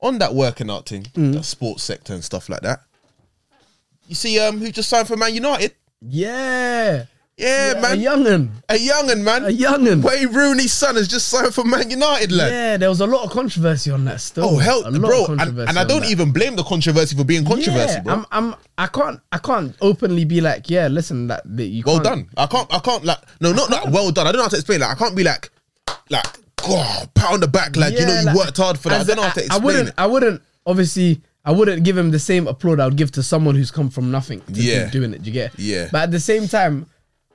Speaker 1: on that working out thing,
Speaker 2: Mm.
Speaker 1: the sports sector and stuff like that. You see, um, who just signed for Man United?
Speaker 2: Yeah.
Speaker 1: Yeah,
Speaker 2: A
Speaker 1: man.
Speaker 2: young'un.
Speaker 1: a young'un, man.
Speaker 2: A young'un.
Speaker 1: Wayne Rooney's son has just signed for Man United, lad.
Speaker 2: Yeah, there was a lot of controversy on that still.
Speaker 1: Oh hell,
Speaker 2: a lot
Speaker 1: bro,
Speaker 2: of
Speaker 1: and,
Speaker 2: controversy
Speaker 1: and I
Speaker 2: on
Speaker 1: don't
Speaker 2: that.
Speaker 1: even blame the controversy for being controversy,
Speaker 2: yeah,
Speaker 1: bro.
Speaker 2: I'm, I'm, I can't, I can't openly be like, yeah, listen, that, that you.
Speaker 1: well done.
Speaker 2: can't-
Speaker 1: I can't, I can't like, no, not not well done. I don't know how to explain. Like, I can't be like, like, oh, pat on the back, like you know,
Speaker 2: Yeah,
Speaker 1: you
Speaker 2: like-
Speaker 1: worked hard for that. I
Speaker 2: as
Speaker 1: don't know
Speaker 2: a-
Speaker 1: how to
Speaker 2: I
Speaker 1: explain
Speaker 2: wouldn't,
Speaker 1: it.
Speaker 2: I wouldn't. Obviously, I wouldn't give him the same applaud I would give to someone who's come from nothing. To
Speaker 1: Yeah.
Speaker 2: yeah, doing it. Do you get? it?
Speaker 1: Yeah.
Speaker 2: But at the same time,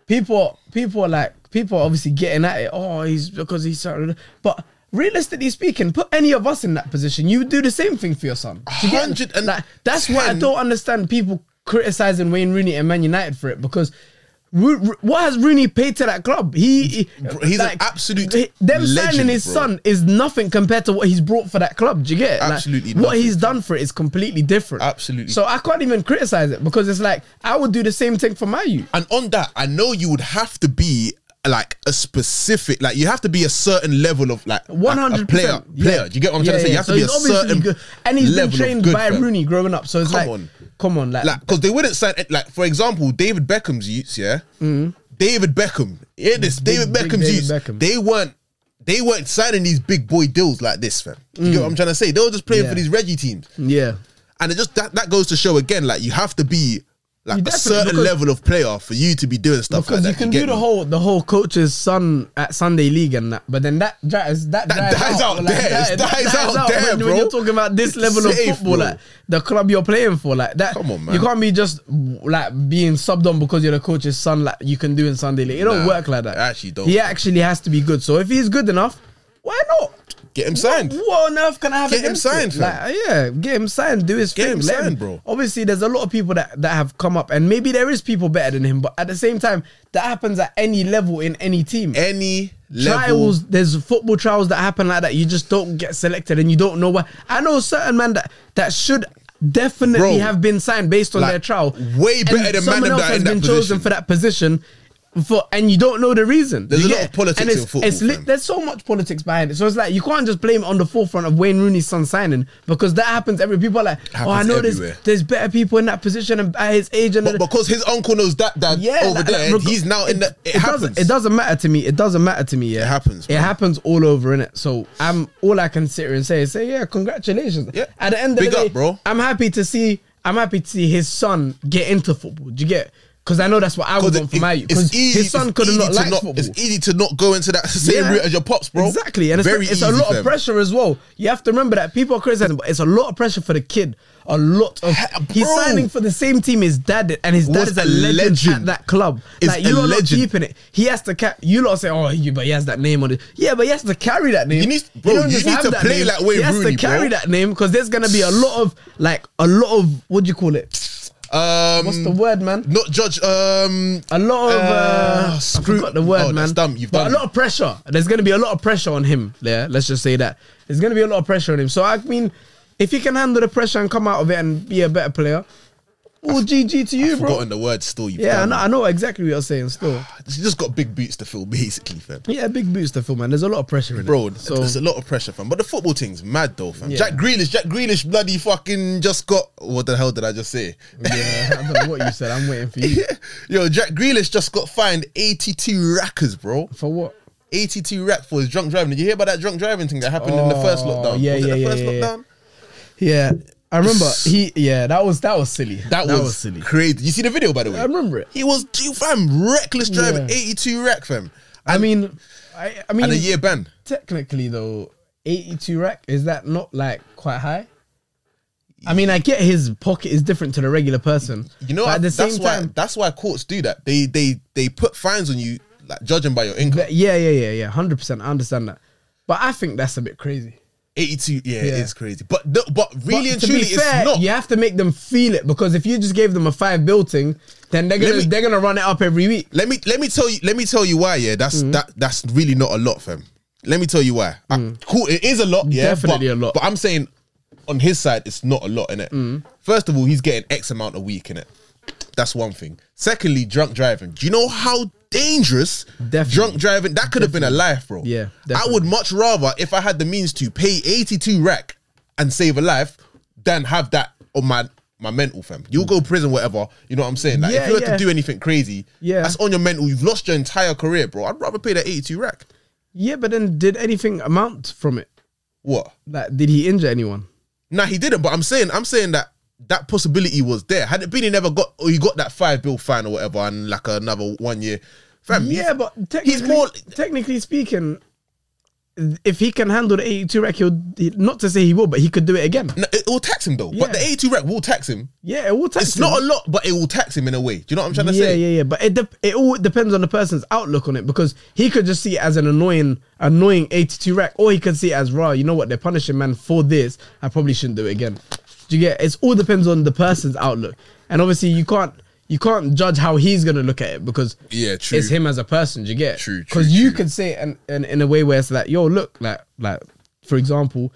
Speaker 2: people, people are like, people are obviously getting at it. Oh, he's because he's started. But realistically speaking, put any of us in that position, you would do the same thing for your son. Do you get it?
Speaker 1: 110.
Speaker 2: Like, that's why I don't understand people criticizing Wayne Rooney and Man United for it because. Ro- Ro- What has Rooney paid to that club? He, he-
Speaker 1: Bro, he's an absolute
Speaker 2: he- Them signing
Speaker 1: legend,
Speaker 2: his
Speaker 1: bro.
Speaker 2: son is nothing compared to what he's brought for that club. Do you get it? Like,
Speaker 1: Absolutely
Speaker 2: what
Speaker 1: nothing.
Speaker 2: he's done for it is completely different.
Speaker 1: Absolutely.
Speaker 2: So I can't even criticize it because it's like I would do the same thing for my youth.
Speaker 1: And on that, I know you would have to be like a specific, like you have to be a certain level of like
Speaker 2: One
Speaker 1: like, a
Speaker 2: hundred
Speaker 1: player. Player, do you get what I'm trying to say? You have to be a certain
Speaker 2: good. and he's
Speaker 1: level
Speaker 2: been
Speaker 1: of
Speaker 2: trained
Speaker 1: good,
Speaker 2: by
Speaker 1: fam.
Speaker 2: Rooney growing up. So it's
Speaker 1: Come
Speaker 2: like,
Speaker 1: on.
Speaker 2: come on, like,
Speaker 1: like because they wouldn't sign like for example David Beckham's youths yeah David Beckham yeah this David
Speaker 2: Mm. big
Speaker 1: Beckham's
Speaker 2: David
Speaker 1: youths
Speaker 2: Beckham.
Speaker 1: they weren't they weren't signing these big boy deals like this fam you get what I'm trying to say they were just playing for
Speaker 2: Mm. Yeah.
Speaker 1: these Reggie teams
Speaker 2: yeah.
Speaker 1: and it just that, that goes to show again like you have to be like
Speaker 2: You
Speaker 1: a
Speaker 2: definitely-
Speaker 1: certain
Speaker 2: because-
Speaker 1: level of player for you to be doing stuff like
Speaker 2: Because
Speaker 1: that
Speaker 2: you can
Speaker 1: get
Speaker 2: do the
Speaker 1: me?
Speaker 2: whole the whole coach's son at Sunday league and that, but then that dies that,
Speaker 1: dies out there. It's
Speaker 2: that- that
Speaker 1: dies out there,
Speaker 2: when,
Speaker 1: bro.
Speaker 2: When you're talking about this level
Speaker 1: Safe,
Speaker 2: of football,
Speaker 1: bro.
Speaker 2: like the club you're playing for, like that.
Speaker 1: Come on, man.
Speaker 2: You can't be just like being subbed on because you're the coach's son, like you can do in Sunday league. It don't
Speaker 1: Nah,
Speaker 2: work like that.
Speaker 1: it actually don't.
Speaker 2: He actually has to be good. So if he's good enough, why not?
Speaker 1: get him signed
Speaker 2: What on earth can I have
Speaker 1: Get him
Speaker 2: against
Speaker 1: signed,
Speaker 2: it?
Speaker 1: fam.
Speaker 2: Like, uh, yeah, get him signed. Do his
Speaker 1: Get
Speaker 2: thing.
Speaker 1: him
Speaker 2: let
Speaker 1: signed, bro.
Speaker 2: Obviously, there's a lot of people that, that have come up, and maybe there is people better than him. But at the same time, that happens at any level in any team.
Speaker 1: any level
Speaker 2: Trials, there's football trials that happen like that. You just don't get selected, and you don't know why. I know certain man that that should
Speaker 1: Bro,
Speaker 2: definitely have been signed based on
Speaker 1: like,
Speaker 2: their trial.
Speaker 1: way
Speaker 2: And
Speaker 1: better than man
Speaker 2: someone
Speaker 1: them
Speaker 2: else
Speaker 1: that are
Speaker 2: has
Speaker 1: in that
Speaker 2: been
Speaker 1: position.
Speaker 2: chosen for that position. For, and you don't know the reason.
Speaker 1: There's a
Speaker 2: You
Speaker 1: lot
Speaker 2: get-
Speaker 1: of politics
Speaker 2: and it's,
Speaker 1: in football,
Speaker 2: it's lit-
Speaker 1: fam.
Speaker 2: there's so much politics behind it. So it's like you can't just blame it on the forefront of Wayne Rooney's son signing because that happens every people are like, oh, I
Speaker 1: Happens
Speaker 2: know
Speaker 1: everywhere.
Speaker 2: there's there's better people in that position and at his age and
Speaker 1: but because his uncle knows that dad
Speaker 2: yeah,
Speaker 1: over
Speaker 2: like-
Speaker 1: there
Speaker 2: like, reg-
Speaker 1: he's now in the it, happens
Speaker 2: Doesn't, it doesn't matter to me. It doesn't matter to me. Yeah,
Speaker 1: It happens,
Speaker 2: It
Speaker 1: man.
Speaker 2: happens all over in it. So I'm all I can sit here and say is say yeah, congratulations.
Speaker 1: Yeah.
Speaker 2: At the end of
Speaker 1: Big
Speaker 2: the day,
Speaker 1: up, bro.
Speaker 2: I'm happy to see. I'm happy to see his son get into football. Do you get? Because I know that's what I would want for
Speaker 1: it-
Speaker 2: my youth.
Speaker 1: it's
Speaker 2: 'Cause
Speaker 1: easy-
Speaker 2: his son
Speaker 1: it's
Speaker 2: could have
Speaker 1: easy
Speaker 2: not
Speaker 1: to
Speaker 2: liked
Speaker 1: not-
Speaker 2: football.
Speaker 1: It's easy to not go into that same
Speaker 2: Yeah.
Speaker 1: route as your pops, bro.
Speaker 2: Exactly, and it's,
Speaker 1: very
Speaker 2: it's
Speaker 1: easy
Speaker 2: a lot
Speaker 1: fam.
Speaker 2: of pressure as well. You have to remember that people are criticizing, but it's a lot of pressure for the kid. A lot of he's
Speaker 1: bro.
Speaker 2: signing for the same team his dad, did, and his dad
Speaker 1: Was
Speaker 2: is
Speaker 1: a
Speaker 2: a legend,
Speaker 1: legend.
Speaker 2: at that club.
Speaker 1: Is
Speaker 2: like
Speaker 1: a
Speaker 2: you lot are not
Speaker 1: legend.
Speaker 2: deep in it. He has to. Ca- you lot say, oh, you, but he has that name on it. Yeah, but he has to carry that name.
Speaker 1: He needs-
Speaker 2: He
Speaker 1: bro,
Speaker 2: don't
Speaker 1: you
Speaker 2: just
Speaker 1: need
Speaker 2: have
Speaker 1: to
Speaker 2: that
Speaker 1: play
Speaker 2: name.
Speaker 1: like Wayne
Speaker 2: He has
Speaker 1: Rooney,
Speaker 2: to carry
Speaker 1: bro.
Speaker 2: that name because there's gonna be a lot of like a lot of what do you call it?
Speaker 1: Um,
Speaker 2: What's the word, man?
Speaker 1: Not judge. Um,
Speaker 2: A lot of uh,
Speaker 1: Uh,
Speaker 2: I
Speaker 1: screw-
Speaker 2: forgot the word,
Speaker 1: Oh,
Speaker 2: man.
Speaker 1: that's dumb. You've
Speaker 2: but
Speaker 1: done
Speaker 2: a lot of pressure. There's going to be a lot of pressure on him. There, let's just say that there's going to be a lot of pressure on him. So I mean, if he can handle the pressure and come out of it and be a better player, all GG to you, bro.
Speaker 1: forgotten the word. Still, you've
Speaker 2: Yeah, I
Speaker 1: done.
Speaker 2: know, I know exactly what you're saying. Still,
Speaker 1: He's just got big boots to fill, basically, fam.
Speaker 2: yeah, big boots to fill, man. There's a lot of pressure in
Speaker 1: Bro,
Speaker 2: it, So
Speaker 1: there's a lot of pressure, fam. But the football thing's mad, though, fam.
Speaker 2: Yeah.
Speaker 1: Jack Grealish, Jack Grealish, bloody fucking just got. What the hell did I just say?
Speaker 2: yeah, I don't know what you said. I'm waiting for you
Speaker 1: Yo, Jack Grealish just got fined 82 rackers, bro.
Speaker 2: for what?
Speaker 1: 82 rack for his drunk driving. Did you hear about that drunk driving thing that happened in the first
Speaker 2: Oh,
Speaker 1: lockdown?
Speaker 2: yeah,
Speaker 1: Was it
Speaker 2: yeah,
Speaker 1: the
Speaker 2: yeah,
Speaker 1: first
Speaker 2: yeah, yeah.
Speaker 1: lockdown?
Speaker 2: Yeah, I remember he. Yeah, that was that was silly.
Speaker 1: That, was, crazy. You see the video, by the way.
Speaker 2: I remember it.
Speaker 1: He was you fam reckless driving,
Speaker 2: Yeah.
Speaker 1: 82 rack fam,
Speaker 2: I mean, I, I mean,
Speaker 1: and a year ban.
Speaker 2: technically though, 82 rack is that not like quite high? I mean, I get his pocket is different to the regular person.
Speaker 1: You know
Speaker 2: but at the
Speaker 1: that's
Speaker 2: same
Speaker 1: why
Speaker 2: time,
Speaker 1: that's why courts do that. They they they put fines on you, like judging by your income.
Speaker 2: but yeah, yeah, yeah, yeah, hundred percent. I understand that, but I think that's a bit crazy.
Speaker 1: 82, yeah,
Speaker 2: Yeah.
Speaker 1: it is crazy. But no, but really
Speaker 2: But
Speaker 1: and
Speaker 2: to
Speaker 1: truly,
Speaker 2: be fair,
Speaker 1: it's not.
Speaker 2: you have to make them feel it because if you just gave them a five building, then they're gonna
Speaker 1: me-
Speaker 2: they're gonna run it up every week.
Speaker 1: Let me let me tell you let me tell you why. Yeah, that's
Speaker 2: Mm-hmm.
Speaker 1: that that's really not a lot, fam. Let me tell you why. I- cool, it is a lot. Yeah,
Speaker 2: Mm. Definitely
Speaker 1: but-
Speaker 2: a lot. Mm.
Speaker 1: But I'm saying on his side, it's not a lot in it. First of all, he's getting X amount a week in it. That's one thing. Secondly, drunk driving. Do you know how dangerous.
Speaker 2: Definitely.
Speaker 1: Drunk driving, that could have been a life, bro.
Speaker 2: Yeah,
Speaker 1: I
Speaker 2: definitely.
Speaker 1: would much rather, if I had the means to pay 82 rack and save a life, than have that on my my mental fam. You'll go prison, whatever. You know what I'm saying? Like
Speaker 2: Yeah,
Speaker 1: if you were
Speaker 2: yeah.
Speaker 1: to do anything crazy,
Speaker 2: Yeah.
Speaker 1: that's on your mental. You've lost your entire career, bro. I'd rather pay that 82 rack.
Speaker 2: Yeah, but then did anything amount from it?
Speaker 1: What?
Speaker 2: Like, did he injure anyone?
Speaker 1: Nah, he didn't. But I'm saying, I'm saying that that possibility was there. Had it been, he never got. Or he got that five bill fine or whatever, and like another one year. Fam,
Speaker 2: Yeah, but technically,
Speaker 1: more-
Speaker 2: technically speaking, if he can handle the 82 rack, he'll he- not to say he will, but he could do it again.
Speaker 1: No, it will tax him though.
Speaker 2: Yeah.
Speaker 1: But the 82 rec will tax him.
Speaker 2: Yeah, it will tax
Speaker 1: It's
Speaker 2: him.
Speaker 1: not a lot, but it will tax him in a way. Do you know what I'm trying to
Speaker 2: yeah,
Speaker 1: say?
Speaker 2: yeah, yeah. But it dep it all depends on the person's outlook on it because he could just see it as an annoying, annoying 82 rack, or he could see it as raw. You know what? They're punishing man for this. I probably shouldn't do it again. Do you get? It all depends on the person's outlook, and obviously you can't you can't judge how he's gonna look at it because
Speaker 1: Yeah, true.
Speaker 2: It's him as a person. Do you get?
Speaker 1: True, true,
Speaker 2: Because you
Speaker 1: true.
Speaker 2: could say it and in, in a way where it's like, yo, look, like like for example,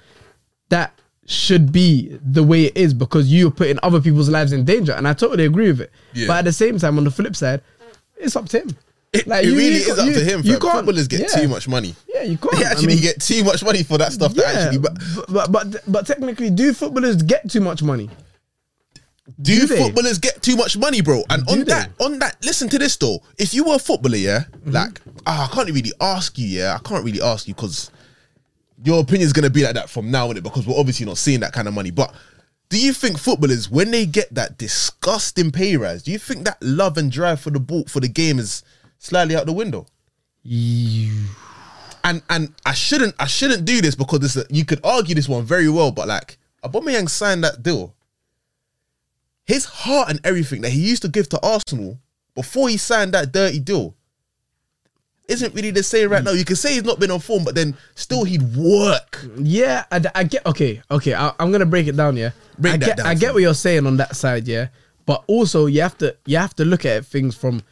Speaker 2: that should be the way it is because you're putting other people's lives in danger. And I totally agree with it.
Speaker 1: Yeah.
Speaker 2: But at the same time, on the flip side, it's up to him.
Speaker 1: It, it really is up to him. You Footballers get
Speaker 2: yeah,
Speaker 1: too much money.
Speaker 2: Yeah, you can't.
Speaker 1: They
Speaker 2: I
Speaker 1: actually
Speaker 2: mean,
Speaker 1: get too much money for that stuff. that
Speaker 2: yeah,
Speaker 1: actually, but
Speaker 2: but, but but but technically, do footballers get too much money?
Speaker 1: do,
Speaker 2: they?
Speaker 1: footballers get too much money, bro? And on
Speaker 2: they?
Speaker 1: that, on that, listen to this though. If you were a footballer, yeah,
Speaker 2: Mm-hmm.
Speaker 1: like ah, I can't really ask you, yeah, I can't really ask you because your opinion's gonna be like that from now on it because we're obviously not seeing that kind of money. But do you think footballers, when they get that disgusting pay rise, do you think that love and drive for the ball for the game is slightly out the window? And and I shouldn't I shouldn't do this because this you could argue this one very well, but like Aubameyang signed that deal. His heart and everything that he used to give to Arsenal before he signed that dirty deal isn't really the same
Speaker 2: Hmm.
Speaker 1: right now. You can say he's not been on form, but then still he'd work.
Speaker 2: Yeah, I, d- I get okay, okay. I, I'm gonna break it down. Yeah,
Speaker 1: Break
Speaker 2: I
Speaker 1: that
Speaker 2: get,
Speaker 1: down
Speaker 2: I
Speaker 1: for
Speaker 2: get
Speaker 1: me.
Speaker 2: what you're saying on that side. Yeah, but also you have to you have to look at things from.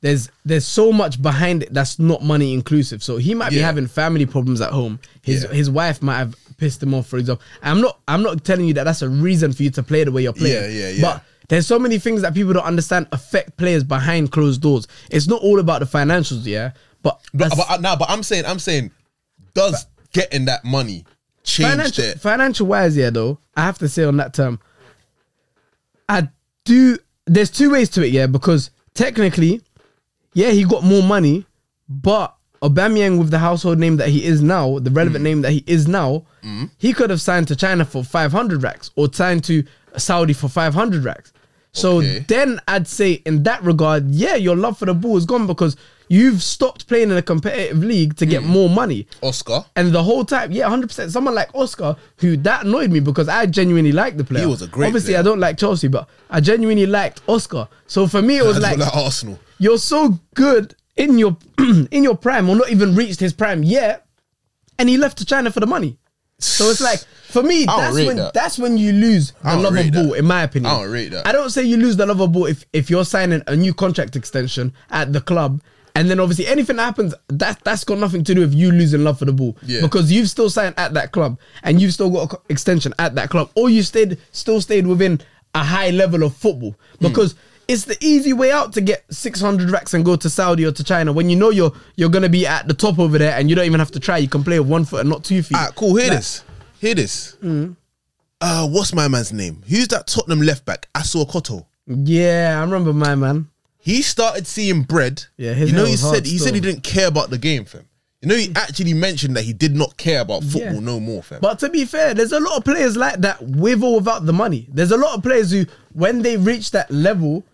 Speaker 2: There's there's so much behind it that's not money inclusive. So he might be
Speaker 1: Yeah.
Speaker 2: having family problems at home. His
Speaker 1: Yeah.
Speaker 2: his wife might have pissed him off, for example. I'm not I'm not telling you that that's a reason for you to play the way you're playing.
Speaker 1: Yeah, yeah, yeah.
Speaker 2: But there's so many things that people don't understand affect players behind closed doors. It's not all about the financials, yeah. But,
Speaker 1: But,
Speaker 2: as-
Speaker 1: but, uh, nah, but I'm saying I'm saying does getting that money change
Speaker 2: financial,
Speaker 1: that?
Speaker 2: financial wise, yeah, though, I have to say on that term, I do. There's two ways to it, yeah, because technically, yeah, he got more money, but Aubameyang, with the household name that he is now, the relevant name that he is now, he could have signed to China for 500 racks or signed to Saudi for 500 racks. So
Speaker 1: Okay.
Speaker 2: then I'd say in that regard, yeah, your love for the ball is gone because you've stopped playing in a competitive league to get more money.
Speaker 1: Oscar,
Speaker 2: And the whole time, yeah, hundred percent. Someone like Oscar, who that annoyed me because I genuinely liked the player.
Speaker 1: He was a great
Speaker 2: Obviously,
Speaker 1: player.
Speaker 2: I don't like Chelsea, but I genuinely liked Oscar. So for me, it was like
Speaker 1: like Arsenal.
Speaker 2: you're so good in your in your prime, or not even reached his prime yet, and he left to China for the money. So it's like for me,
Speaker 1: don't
Speaker 2: that's
Speaker 1: rate
Speaker 2: when
Speaker 1: that.
Speaker 2: that's when you lose the
Speaker 1: don't
Speaker 2: love of
Speaker 1: rate
Speaker 2: ball,
Speaker 1: that.
Speaker 2: in my opinion.
Speaker 1: I don't rate that.
Speaker 2: I don't say you lose the love of ball if if you're signing a new contract extension at the club. And then obviously anything that happens, that that's got nothing to do with you losing love for the ball.
Speaker 1: Yeah.
Speaker 2: Because you've still signed at that club and you've still got an extension at that club. Or you stayed still stayed within a high level of football. Because it's the easy way out to get six hundred racks and go to Saudi or to China when you know you're you're gonna be at the top over there and you don't even have to try. You can play with one foot and not two feet.
Speaker 1: All right, Ah, cool. Hear this. Hear this. Uh, what's my man's name? Who's that Tottenham left back? Asua Koto.
Speaker 2: Yeah, I remember my man.
Speaker 1: He started seeing bread.
Speaker 2: Yeah, his
Speaker 1: you know
Speaker 2: hair
Speaker 1: he
Speaker 2: was hard
Speaker 1: said he
Speaker 2: still.
Speaker 1: said he didn't care about the game, fam. You know he actually mentioned that he did not care about football
Speaker 2: Yeah.
Speaker 1: no more, fam.
Speaker 2: But to be fair, there's a lot of players like that with or without the money. There's a lot of players who, when they reach that level,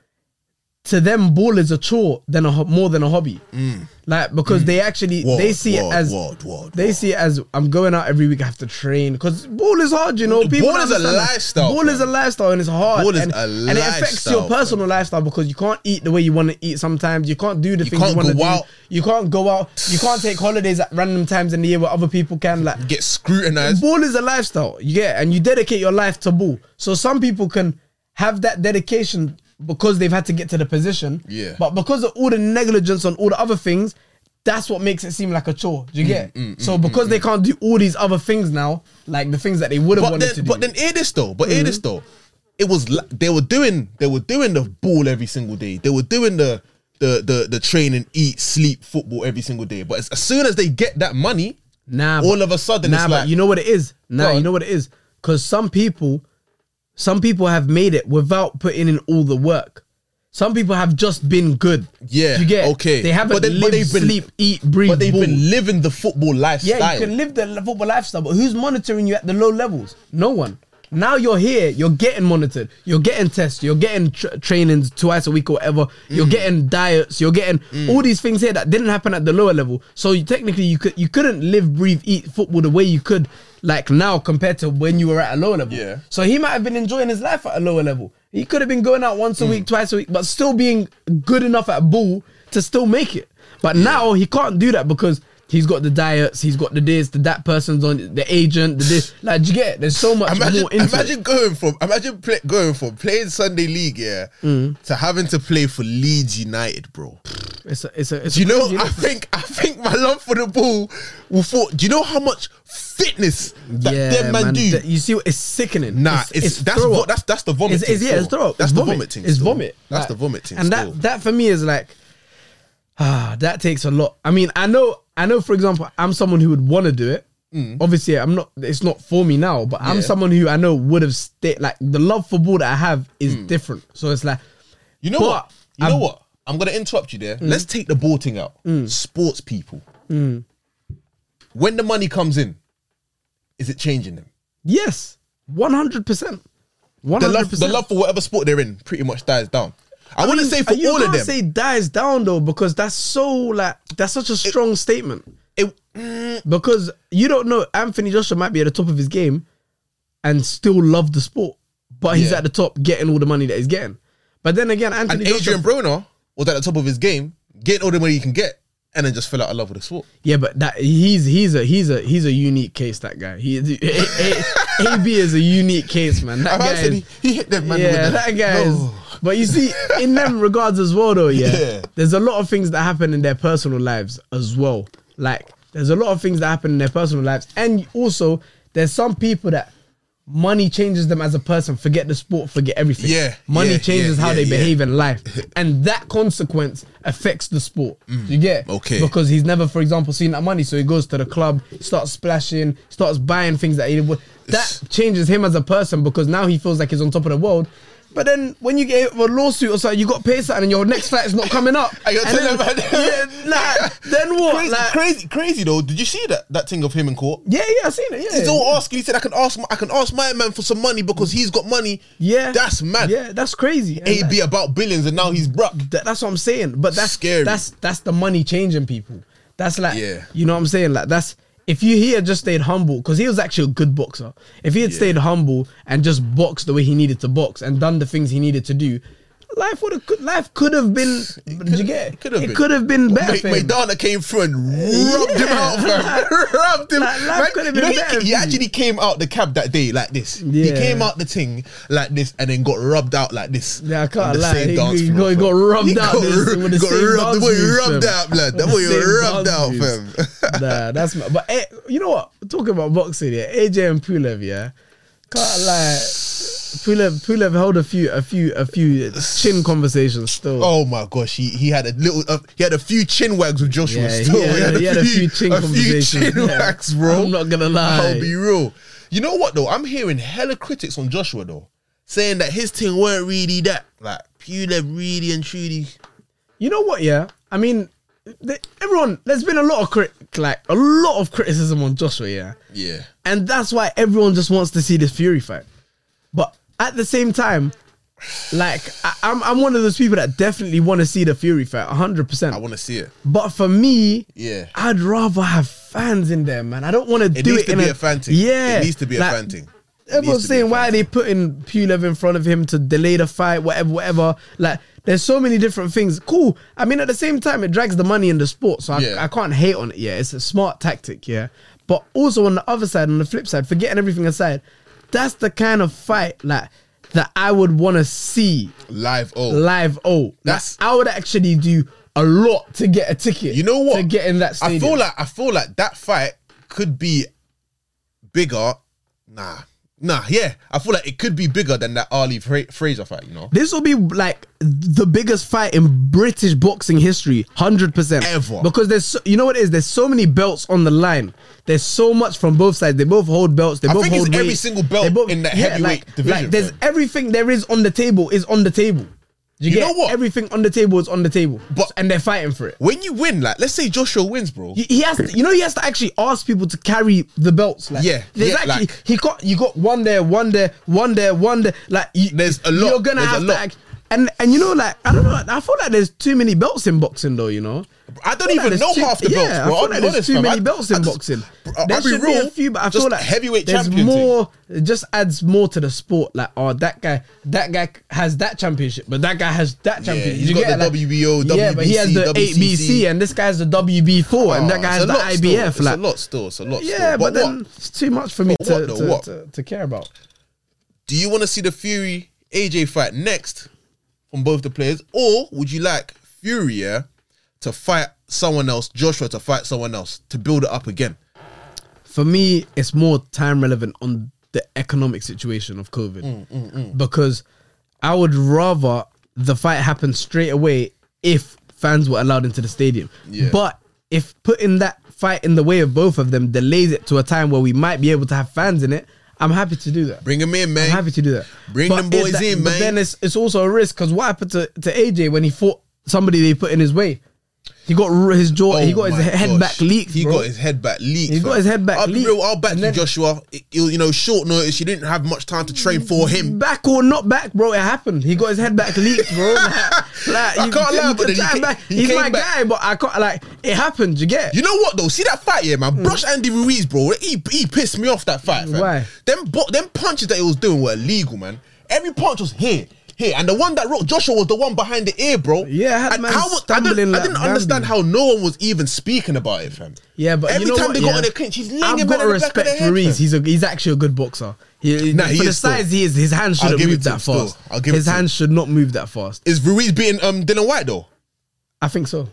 Speaker 2: to them, ball is a chore than a ho- more than a hobby.
Speaker 1: Mm.
Speaker 2: Like because they actually
Speaker 1: Word,
Speaker 2: they see
Speaker 1: word,
Speaker 2: it as
Speaker 1: word, word,
Speaker 2: they see it as I'm going out every week. I have to train because ball is hard. You know, people
Speaker 1: Ball
Speaker 2: don't
Speaker 1: is a
Speaker 2: understand that.
Speaker 1: lifestyle,
Speaker 2: Ball is a
Speaker 1: fam.
Speaker 2: lifestyle and it's hard.
Speaker 1: Ball is
Speaker 2: and,
Speaker 1: a
Speaker 2: and it affects your
Speaker 1: lifestyle, fam.
Speaker 2: personal lifestyle because you can't eat the way you want to eat. Sometimes you can't do the things
Speaker 1: can't
Speaker 2: you want to
Speaker 1: go
Speaker 2: do.
Speaker 1: out.
Speaker 2: You can't go out. You can't take holidays at random times in the year where other people can. Like
Speaker 1: Get scrutinized.
Speaker 2: ball is a lifestyle, you get, and you dedicate your life to ball. So some people can have that dedication because they've had to get to the position.
Speaker 1: Yeah.
Speaker 2: But because of all the negligence on all the other things, that's what makes it seem like a chore. Do you
Speaker 1: Mm,
Speaker 2: get? so because they can't do all these other things now, like the things that they would have
Speaker 1: But
Speaker 2: wanted
Speaker 1: then,
Speaker 2: to do. Mm-hmm.
Speaker 1: but then hear this though. But hear this though. It was li- they were doing they were doing the ball every single day. They were doing the the the the train and eat, sleep, football every single day. But as, as soon as they get that money,
Speaker 2: Nah,
Speaker 1: all of a sudden
Speaker 2: nah,
Speaker 1: it's
Speaker 2: but
Speaker 1: like
Speaker 2: you know what it is. Nah,
Speaker 1: Go
Speaker 2: you
Speaker 1: on.
Speaker 2: know what it is. Because some people, some people have made it without putting in all the work. Some people have just been good.
Speaker 1: Yeah,
Speaker 2: Do you get it?
Speaker 1: okay.
Speaker 2: They haven't
Speaker 1: But then-
Speaker 2: lived,
Speaker 1: but they've been-
Speaker 2: sleep, eat, breathe.
Speaker 1: but they've
Speaker 2: ball.
Speaker 1: been living the football lifestyle.
Speaker 2: Yeah, you can live the l- football lifestyle, but who's monitoring you at the low levels? No one. Now you're here, you're getting monitored, you're getting tests, you're getting tr- trainings twice a week or whatever, you're
Speaker 1: Mm.
Speaker 2: getting diets, you're getting all these things here that didn't happen at the lower level. So you, technically, you could you couldn't live, breathe, eat football the way you could like now compared to when you were at a lower level.
Speaker 1: Yeah.
Speaker 2: So he might have been enjoying his life at a lower level. He could have been going out
Speaker 1: Hmm.
Speaker 2: once a week, twice a week, but still being good enough at ball to still make it. But now he can't do that because he's got the diets, he's got the this, the that person's on the agent, the this. Like, do you get it? There's so much
Speaker 1: Imagine,
Speaker 2: more into it.
Speaker 1: imagine going from imagine play, going from playing Sunday league yeah
Speaker 2: Mm.
Speaker 1: to having to play for Leeds United, bro.
Speaker 2: It's a, it's a, it's
Speaker 1: Do you
Speaker 2: a
Speaker 1: know?
Speaker 2: crazy
Speaker 1: I
Speaker 2: life.
Speaker 1: think I think my love for the ball will fall. Do you know how much fitness that them man, do?
Speaker 2: th- You see, what- it's sickening.
Speaker 1: Nah, it's, that's
Speaker 2: throw
Speaker 1: vo-
Speaker 2: up.
Speaker 1: that's that's the vomit.
Speaker 2: It's, it's,
Speaker 1: thing
Speaker 2: yeah, it's
Speaker 1: still.
Speaker 2: throw up.
Speaker 1: That's
Speaker 2: it's
Speaker 1: the
Speaker 2: vomit.
Speaker 1: vomit. thing
Speaker 2: It's
Speaker 1: still.
Speaker 2: vomit.
Speaker 1: That's
Speaker 2: Like,
Speaker 1: the vomit. thing
Speaker 2: And
Speaker 1: still.
Speaker 2: that that for me is like, ah, that takes a lot. I mean, I know, I know. For example, I'm someone who would want to do it. Obviously, I'm not. It's not for me now, but I'm
Speaker 1: Mm. Yeah.
Speaker 2: someone who I know would have stayed. Like the love for ball that I have is
Speaker 1: Mm.
Speaker 2: different. So it's like,
Speaker 1: you know
Speaker 2: but
Speaker 1: what? You know
Speaker 2: I'm- Mm.
Speaker 1: what? I'm gonna interrupt you there. Let's take the ball thing out. Sports people. When the money comes in, is it changing them?
Speaker 2: yes, one hundred percent. One
Speaker 1: the
Speaker 2: hundred
Speaker 1: love, the
Speaker 2: percent.
Speaker 1: love for whatever sport they're in pretty much dies down. I, wouldn't say for
Speaker 2: you
Speaker 1: all of
Speaker 2: can't
Speaker 1: them.
Speaker 2: say dies down though because that's so like that's such a strong statement.
Speaker 1: It-
Speaker 2: because you don't know Anthony Joshua might be at the top of his game and still love the sport, but he's
Speaker 1: Yeah.
Speaker 2: at the top getting all the money that he's getting. But then again,
Speaker 1: and
Speaker 2: Anthony Joshua,
Speaker 1: Adrian Broner was at the top of his game, getting all the money he can get, and then just fell out of love with the sport.
Speaker 2: yeah, but that he's he's a he's a he's a unique case. That guy, he is- A- A- AB is a unique case, man. That
Speaker 1: I've
Speaker 2: guy,
Speaker 1: actually-
Speaker 2: is,
Speaker 1: he hit that man.
Speaker 2: yeah,
Speaker 1: with
Speaker 2: that
Speaker 1: the- Oh.
Speaker 2: guy
Speaker 1: No.
Speaker 2: is. But you see, in them regards as well, though, yeah,
Speaker 1: Yeah.
Speaker 2: there's a lot of things that happen in their personal lives as well. Like, there's a lot of things that happen in their personal lives, and also there's some people that money changes them as a person. Forget the sport, forget everything.
Speaker 1: Yeah,
Speaker 2: money
Speaker 1: yeah,
Speaker 2: changes
Speaker 1: yeah,
Speaker 2: how
Speaker 1: yeah,
Speaker 2: they
Speaker 1: yeah.
Speaker 2: behave in life, and that consequence affects the sport. Do you get it?
Speaker 1: Mm. Okay.
Speaker 2: because he's never, for example, seen that money, so he goes to the club, starts splashing, starts buying things that he would. That changes him as a person because now he feels like he's on top of the world. But then when you get hit with a lawsuit or something, you got to pay something and your next flight is not coming up.
Speaker 1: And you're
Speaker 2: then,
Speaker 1: telling them-
Speaker 2: yeah, nah, then what?
Speaker 1: Crazy,
Speaker 2: Like-
Speaker 1: crazy, crazy though. Did you see that that thing of him in court?
Speaker 2: Yeah, yeah, I seen it. Yeah,
Speaker 1: He's all asking. He said, "I can ask, my- I can ask my man for some money because he's got money."
Speaker 2: yeah,
Speaker 1: that's mad.
Speaker 2: Yeah, that's crazy. And
Speaker 1: AB about billions, and now he's broke.
Speaker 2: That, that's what I'm saying. But that's
Speaker 1: Scary.
Speaker 2: That's that's the money changing people. That's like
Speaker 1: Yeah.
Speaker 2: you know what I'm saying. Like that's if you he had just stayed humble because he was actually a good boxer. If he had stayed humble and just boxed the way he needed to box and done the things he needed to do, life would have life could have been. Did you get
Speaker 1: it could have
Speaker 2: it?
Speaker 1: been.
Speaker 2: Could have been better.
Speaker 1: Mate,
Speaker 2: for him.
Speaker 1: Maidana came through and rubbed him out, fam. rubbed him.
Speaker 2: Like, life
Speaker 1: Man,
Speaker 2: could've
Speaker 1: you
Speaker 2: been
Speaker 1: know, he-
Speaker 2: better
Speaker 1: he,
Speaker 2: for you.
Speaker 1: actually came out the cab that day like this. He
Speaker 2: Yeah.
Speaker 1: came out the thing like this and then got rubbed out like this.
Speaker 2: Yeah, I can't
Speaker 1: on the
Speaker 2: lie.
Speaker 1: same
Speaker 2: He-
Speaker 1: dance
Speaker 2: he
Speaker 1: floor,
Speaker 2: got- he
Speaker 1: fam.
Speaker 2: got rubbed out
Speaker 1: got
Speaker 2: this-
Speaker 1: ru-
Speaker 2: with the
Speaker 1: got
Speaker 2: same
Speaker 1: rubbed. The
Speaker 2: dance
Speaker 1: boy you
Speaker 2: moves,
Speaker 1: rubbed
Speaker 2: fam.
Speaker 1: out, blood. That
Speaker 2: With
Speaker 1: boy
Speaker 2: the
Speaker 1: you
Speaker 2: same
Speaker 1: rubbed
Speaker 2: dance
Speaker 1: out,
Speaker 2: moves.
Speaker 1: fam.
Speaker 2: nah, that's my, but eh, you know what? Talking about boxing, yeah, AJ and Pulev, yeah, can't lie. Pulev, Pulev held a few, a few, a few chin conversations still.
Speaker 1: Oh my gosh, he, he had a little, uh, he had a few chin wags with Joshua.
Speaker 2: yeah,
Speaker 1: still.
Speaker 2: he, had, he had a few chin
Speaker 1: a few
Speaker 2: conversations.
Speaker 1: chin
Speaker 2: yeah.
Speaker 1: wags, bro.
Speaker 2: I'm not gonna lie.
Speaker 1: I'll be real. You know what though? I'm hearing hella critics on Joshua though, saying that his thing weren't really that. Like Pulev really and truly.
Speaker 2: you know what? Yeah, I mean, the, everyone. There's been a lot of crit, like a lot of criticism on Joshua. Yeah,
Speaker 1: Yeah.
Speaker 2: And that's why everyone just wants to see this Fury fight. But at the same time, like I, I'm, I'm one of those people that definitely want to see the Fury fight, hundred
Speaker 1: I
Speaker 2: percent.
Speaker 1: want to see it.
Speaker 2: But for me,
Speaker 1: Yeah.
Speaker 2: I'd rather have fans in there, man. I don't want to do
Speaker 1: needs
Speaker 2: it
Speaker 1: to
Speaker 2: in
Speaker 1: be a fan thing. It
Speaker 2: Yeah,
Speaker 1: needs to be a
Speaker 2: like,
Speaker 1: fan thing. It needs
Speaker 2: Everyone's
Speaker 1: to be
Speaker 2: saying
Speaker 1: a
Speaker 2: why are
Speaker 1: fan
Speaker 2: they putting Pulev in front of him to delay the fight, whatever, whatever. Like, there's so many different things. Cool. I mean, at the same time, it drags the money in the sport, so I,
Speaker 1: Yeah.
Speaker 2: I can't hate on it. Yeah, it's a smart tactic. Yeah, but also on the other side, on the flip side, forgetting everything aside, that's the kind of fight like that I would want to see
Speaker 1: Live oh.
Speaker 2: live. Oh,
Speaker 1: That's-
Speaker 2: that's I would actually do a lot to get a ticket.
Speaker 1: You know what?
Speaker 2: To get in that
Speaker 1: I
Speaker 2: stadium.
Speaker 1: feel like I feel like that fight could be bigger. Nah, Nah, yeah, I feel like it could be bigger than that Ali Fra- Fraser fight. You know,
Speaker 2: This will be like the biggest fight in British boxing history, hundred percent
Speaker 1: Ever.
Speaker 2: Because there's, so, you know what it is? There's so many belts on the line. There's so much from both sides. They both hold belts. They
Speaker 1: I
Speaker 2: both
Speaker 1: think it's
Speaker 2: hold
Speaker 1: every
Speaker 2: weight.
Speaker 1: single belt
Speaker 2: They
Speaker 1: in the heavyweight
Speaker 2: like,
Speaker 1: division,
Speaker 2: Like there's
Speaker 1: fam.
Speaker 2: everything there is on the table is on the table. You,
Speaker 1: You
Speaker 2: get
Speaker 1: know what?
Speaker 2: Everything on the table is on the table,
Speaker 1: But-
Speaker 2: and they're fighting for it.
Speaker 1: when you win, like let's say Joshua wins, bro.
Speaker 2: He- He has, to, you know, he has to actually ask people to carry the belts. Like,
Speaker 1: Yeah,
Speaker 2: there's
Speaker 1: yeah,
Speaker 2: actually
Speaker 1: like-
Speaker 2: he got you got one there, one there, one there, one there. Like, you,
Speaker 1: There's a lot,
Speaker 2: You're gonna
Speaker 1: there's a
Speaker 2: have to,
Speaker 1: lot.
Speaker 2: act, and and you know, like I don't know, I feel like there's too many belts in boxing, though. You know,
Speaker 1: I don't
Speaker 2: feel
Speaker 1: even
Speaker 2: there's
Speaker 1: know
Speaker 2: too-
Speaker 1: half the
Speaker 2: yeah,
Speaker 1: belts, bro.
Speaker 2: I
Speaker 1: I'll
Speaker 2: feel
Speaker 1: be
Speaker 2: like there's
Speaker 1: honest,
Speaker 2: too
Speaker 1: fam.
Speaker 2: many
Speaker 1: I-
Speaker 2: belts in
Speaker 1: I just-
Speaker 2: boxing.
Speaker 1: Bro, I'll
Speaker 2: there
Speaker 1: be
Speaker 2: should be
Speaker 1: real,
Speaker 2: a few, but I feel
Speaker 1: just
Speaker 2: like
Speaker 1: heavyweight
Speaker 2: there's
Speaker 1: champion thing.
Speaker 2: more. It just adds more to the sport. Like, oh, that guy, that guy has that championship, but that guy has that championship.
Speaker 1: he's
Speaker 2: You
Speaker 1: got
Speaker 2: get
Speaker 1: the
Speaker 2: it?
Speaker 1: WBO,
Speaker 2: yeah, but he has the
Speaker 1: WBC,
Speaker 2: ABC, and this guy's the WB4, and that
Speaker 1: Oh,
Speaker 2: guy
Speaker 1: it's
Speaker 2: has
Speaker 1: a
Speaker 2: the
Speaker 1: lot still.
Speaker 2: IBF.
Speaker 1: It's
Speaker 2: like,
Speaker 1: a lot still. It's a lot. still.
Speaker 2: yeah, but,
Speaker 1: what-
Speaker 2: then it's too much for me
Speaker 1: But
Speaker 2: to,
Speaker 1: what though?
Speaker 2: to,
Speaker 1: What?
Speaker 2: To, to care about.
Speaker 1: do you want to see the Fury AJ fight next from both the players, or would you like Fury yeah, to fight someone else, Joshua to fight someone else to build it up again?
Speaker 2: For me, it's more time relevant on the economic situation of COVID
Speaker 1: Mm,
Speaker 2: because I would rather the fight happen straight away if fans were allowed into the stadium.
Speaker 1: Yeah.
Speaker 2: But if putting that fight in the way of both of them delays it to a time where we might be able to have fans in it, I'm happy to do that.
Speaker 1: Bring him in, man.
Speaker 2: I'm happy to do that.
Speaker 1: Bring them
Speaker 2: is
Speaker 1: boys in,
Speaker 2: but
Speaker 1: man.
Speaker 2: Then it's it's also a risk because what happened to, to AJ when he fought somebody they put in his way? He got r- his jaw, he got his
Speaker 1: Oh my
Speaker 2: head
Speaker 1: gosh.
Speaker 2: back leaked.
Speaker 1: He
Speaker 2: bro.
Speaker 1: got his head back leaked.
Speaker 2: He got
Speaker 1: fam.
Speaker 2: his head back
Speaker 1: I'll be
Speaker 2: leaked.
Speaker 1: real, I'll back
Speaker 2: And
Speaker 1: you,
Speaker 2: then-
Speaker 1: Joshua. It, it was, you know, short notice. You didn't have much time to train for him.
Speaker 2: back or not back, bro. It happened. He got his head back leaked, bro. Like, like,
Speaker 1: I
Speaker 2: you-
Speaker 1: can't
Speaker 2: you
Speaker 1: lie, but
Speaker 2: can
Speaker 1: then he
Speaker 2: try
Speaker 1: ca-
Speaker 2: back.
Speaker 1: he
Speaker 2: He's
Speaker 1: came
Speaker 2: my
Speaker 1: back.
Speaker 2: guy, but I can't. Like it happened. You get.
Speaker 1: You know what though? See that fight here,
Speaker 2: Mm.
Speaker 1: man. Brush Andy Ruiz, bro. He, he pissed me off that fight. Fam.
Speaker 2: Why?
Speaker 1: Them bo- them punches that he was doing were illegal, man. Every punch was here, here, and the one that rocked Joshua was the one behind the ear, bro.
Speaker 2: Yeah, I had
Speaker 1: and
Speaker 2: man
Speaker 1: how was- I
Speaker 2: stumbling
Speaker 1: didn't, I
Speaker 2: like
Speaker 1: didn't
Speaker 2: Bambi.
Speaker 1: understand how no one was even speaking about it, fam.
Speaker 2: Yeah, but
Speaker 1: every
Speaker 2: you know
Speaker 1: time
Speaker 2: what?
Speaker 1: they got
Speaker 2: yeah.
Speaker 1: in a clinch, he's
Speaker 2: I've
Speaker 1: laying him
Speaker 2: got
Speaker 1: in the
Speaker 2: to
Speaker 1: back of
Speaker 2: respect
Speaker 1: the head.
Speaker 2: Ruiz.
Speaker 1: fam.
Speaker 2: He's a, he's actually a good boxer. He,
Speaker 1: Nah,
Speaker 2: for
Speaker 1: he
Speaker 2: the
Speaker 1: is still.
Speaker 2: size he is, his hands
Speaker 1: I'll
Speaker 2: shouldn't
Speaker 1: give it
Speaker 2: move
Speaker 1: to him
Speaker 2: that
Speaker 1: still.
Speaker 2: fast.
Speaker 1: I'll give it
Speaker 2: his
Speaker 1: to him.
Speaker 2: hands should not move that fast.
Speaker 1: Is Ruiz beating um Dylan White though?
Speaker 2: I think so.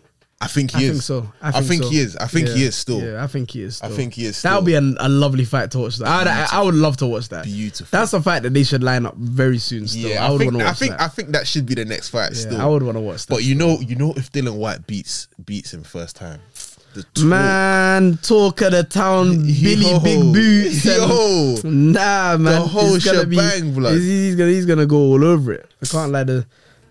Speaker 1: I think he
Speaker 2: I
Speaker 1: is.
Speaker 2: think so. I
Speaker 1: I
Speaker 2: think,
Speaker 1: think
Speaker 2: so.
Speaker 1: he is. I think he
Speaker 2: Yeah.
Speaker 1: is still.
Speaker 2: Yeah, I think he is. Still.
Speaker 1: think he is
Speaker 2: That
Speaker 1: still.
Speaker 2: would be an, a lovely fight to watch. Though. I, I, I would love to watch that.
Speaker 1: Beautiful.
Speaker 2: That's a fight that they should line up very soon. Still,
Speaker 1: Yeah,
Speaker 2: I
Speaker 1: I
Speaker 2: would want
Speaker 1: think
Speaker 2: to watch
Speaker 1: I think
Speaker 2: that.
Speaker 1: I think that should be the next fight.
Speaker 2: Yeah,
Speaker 1: Still,
Speaker 2: I would want to watch that.
Speaker 1: But you know, you know, if Dylan White beats beats him first time, the talk-
Speaker 2: Man, talk of the town, Billy
Speaker 1: Yo.
Speaker 2: Big Boots. and-
Speaker 1: Yo.
Speaker 2: nah, man,
Speaker 1: whole
Speaker 2: he's gonna be,
Speaker 1: shebang, blood.
Speaker 2: He's, he's gonna he's gonna go all over it. I can't lie, the,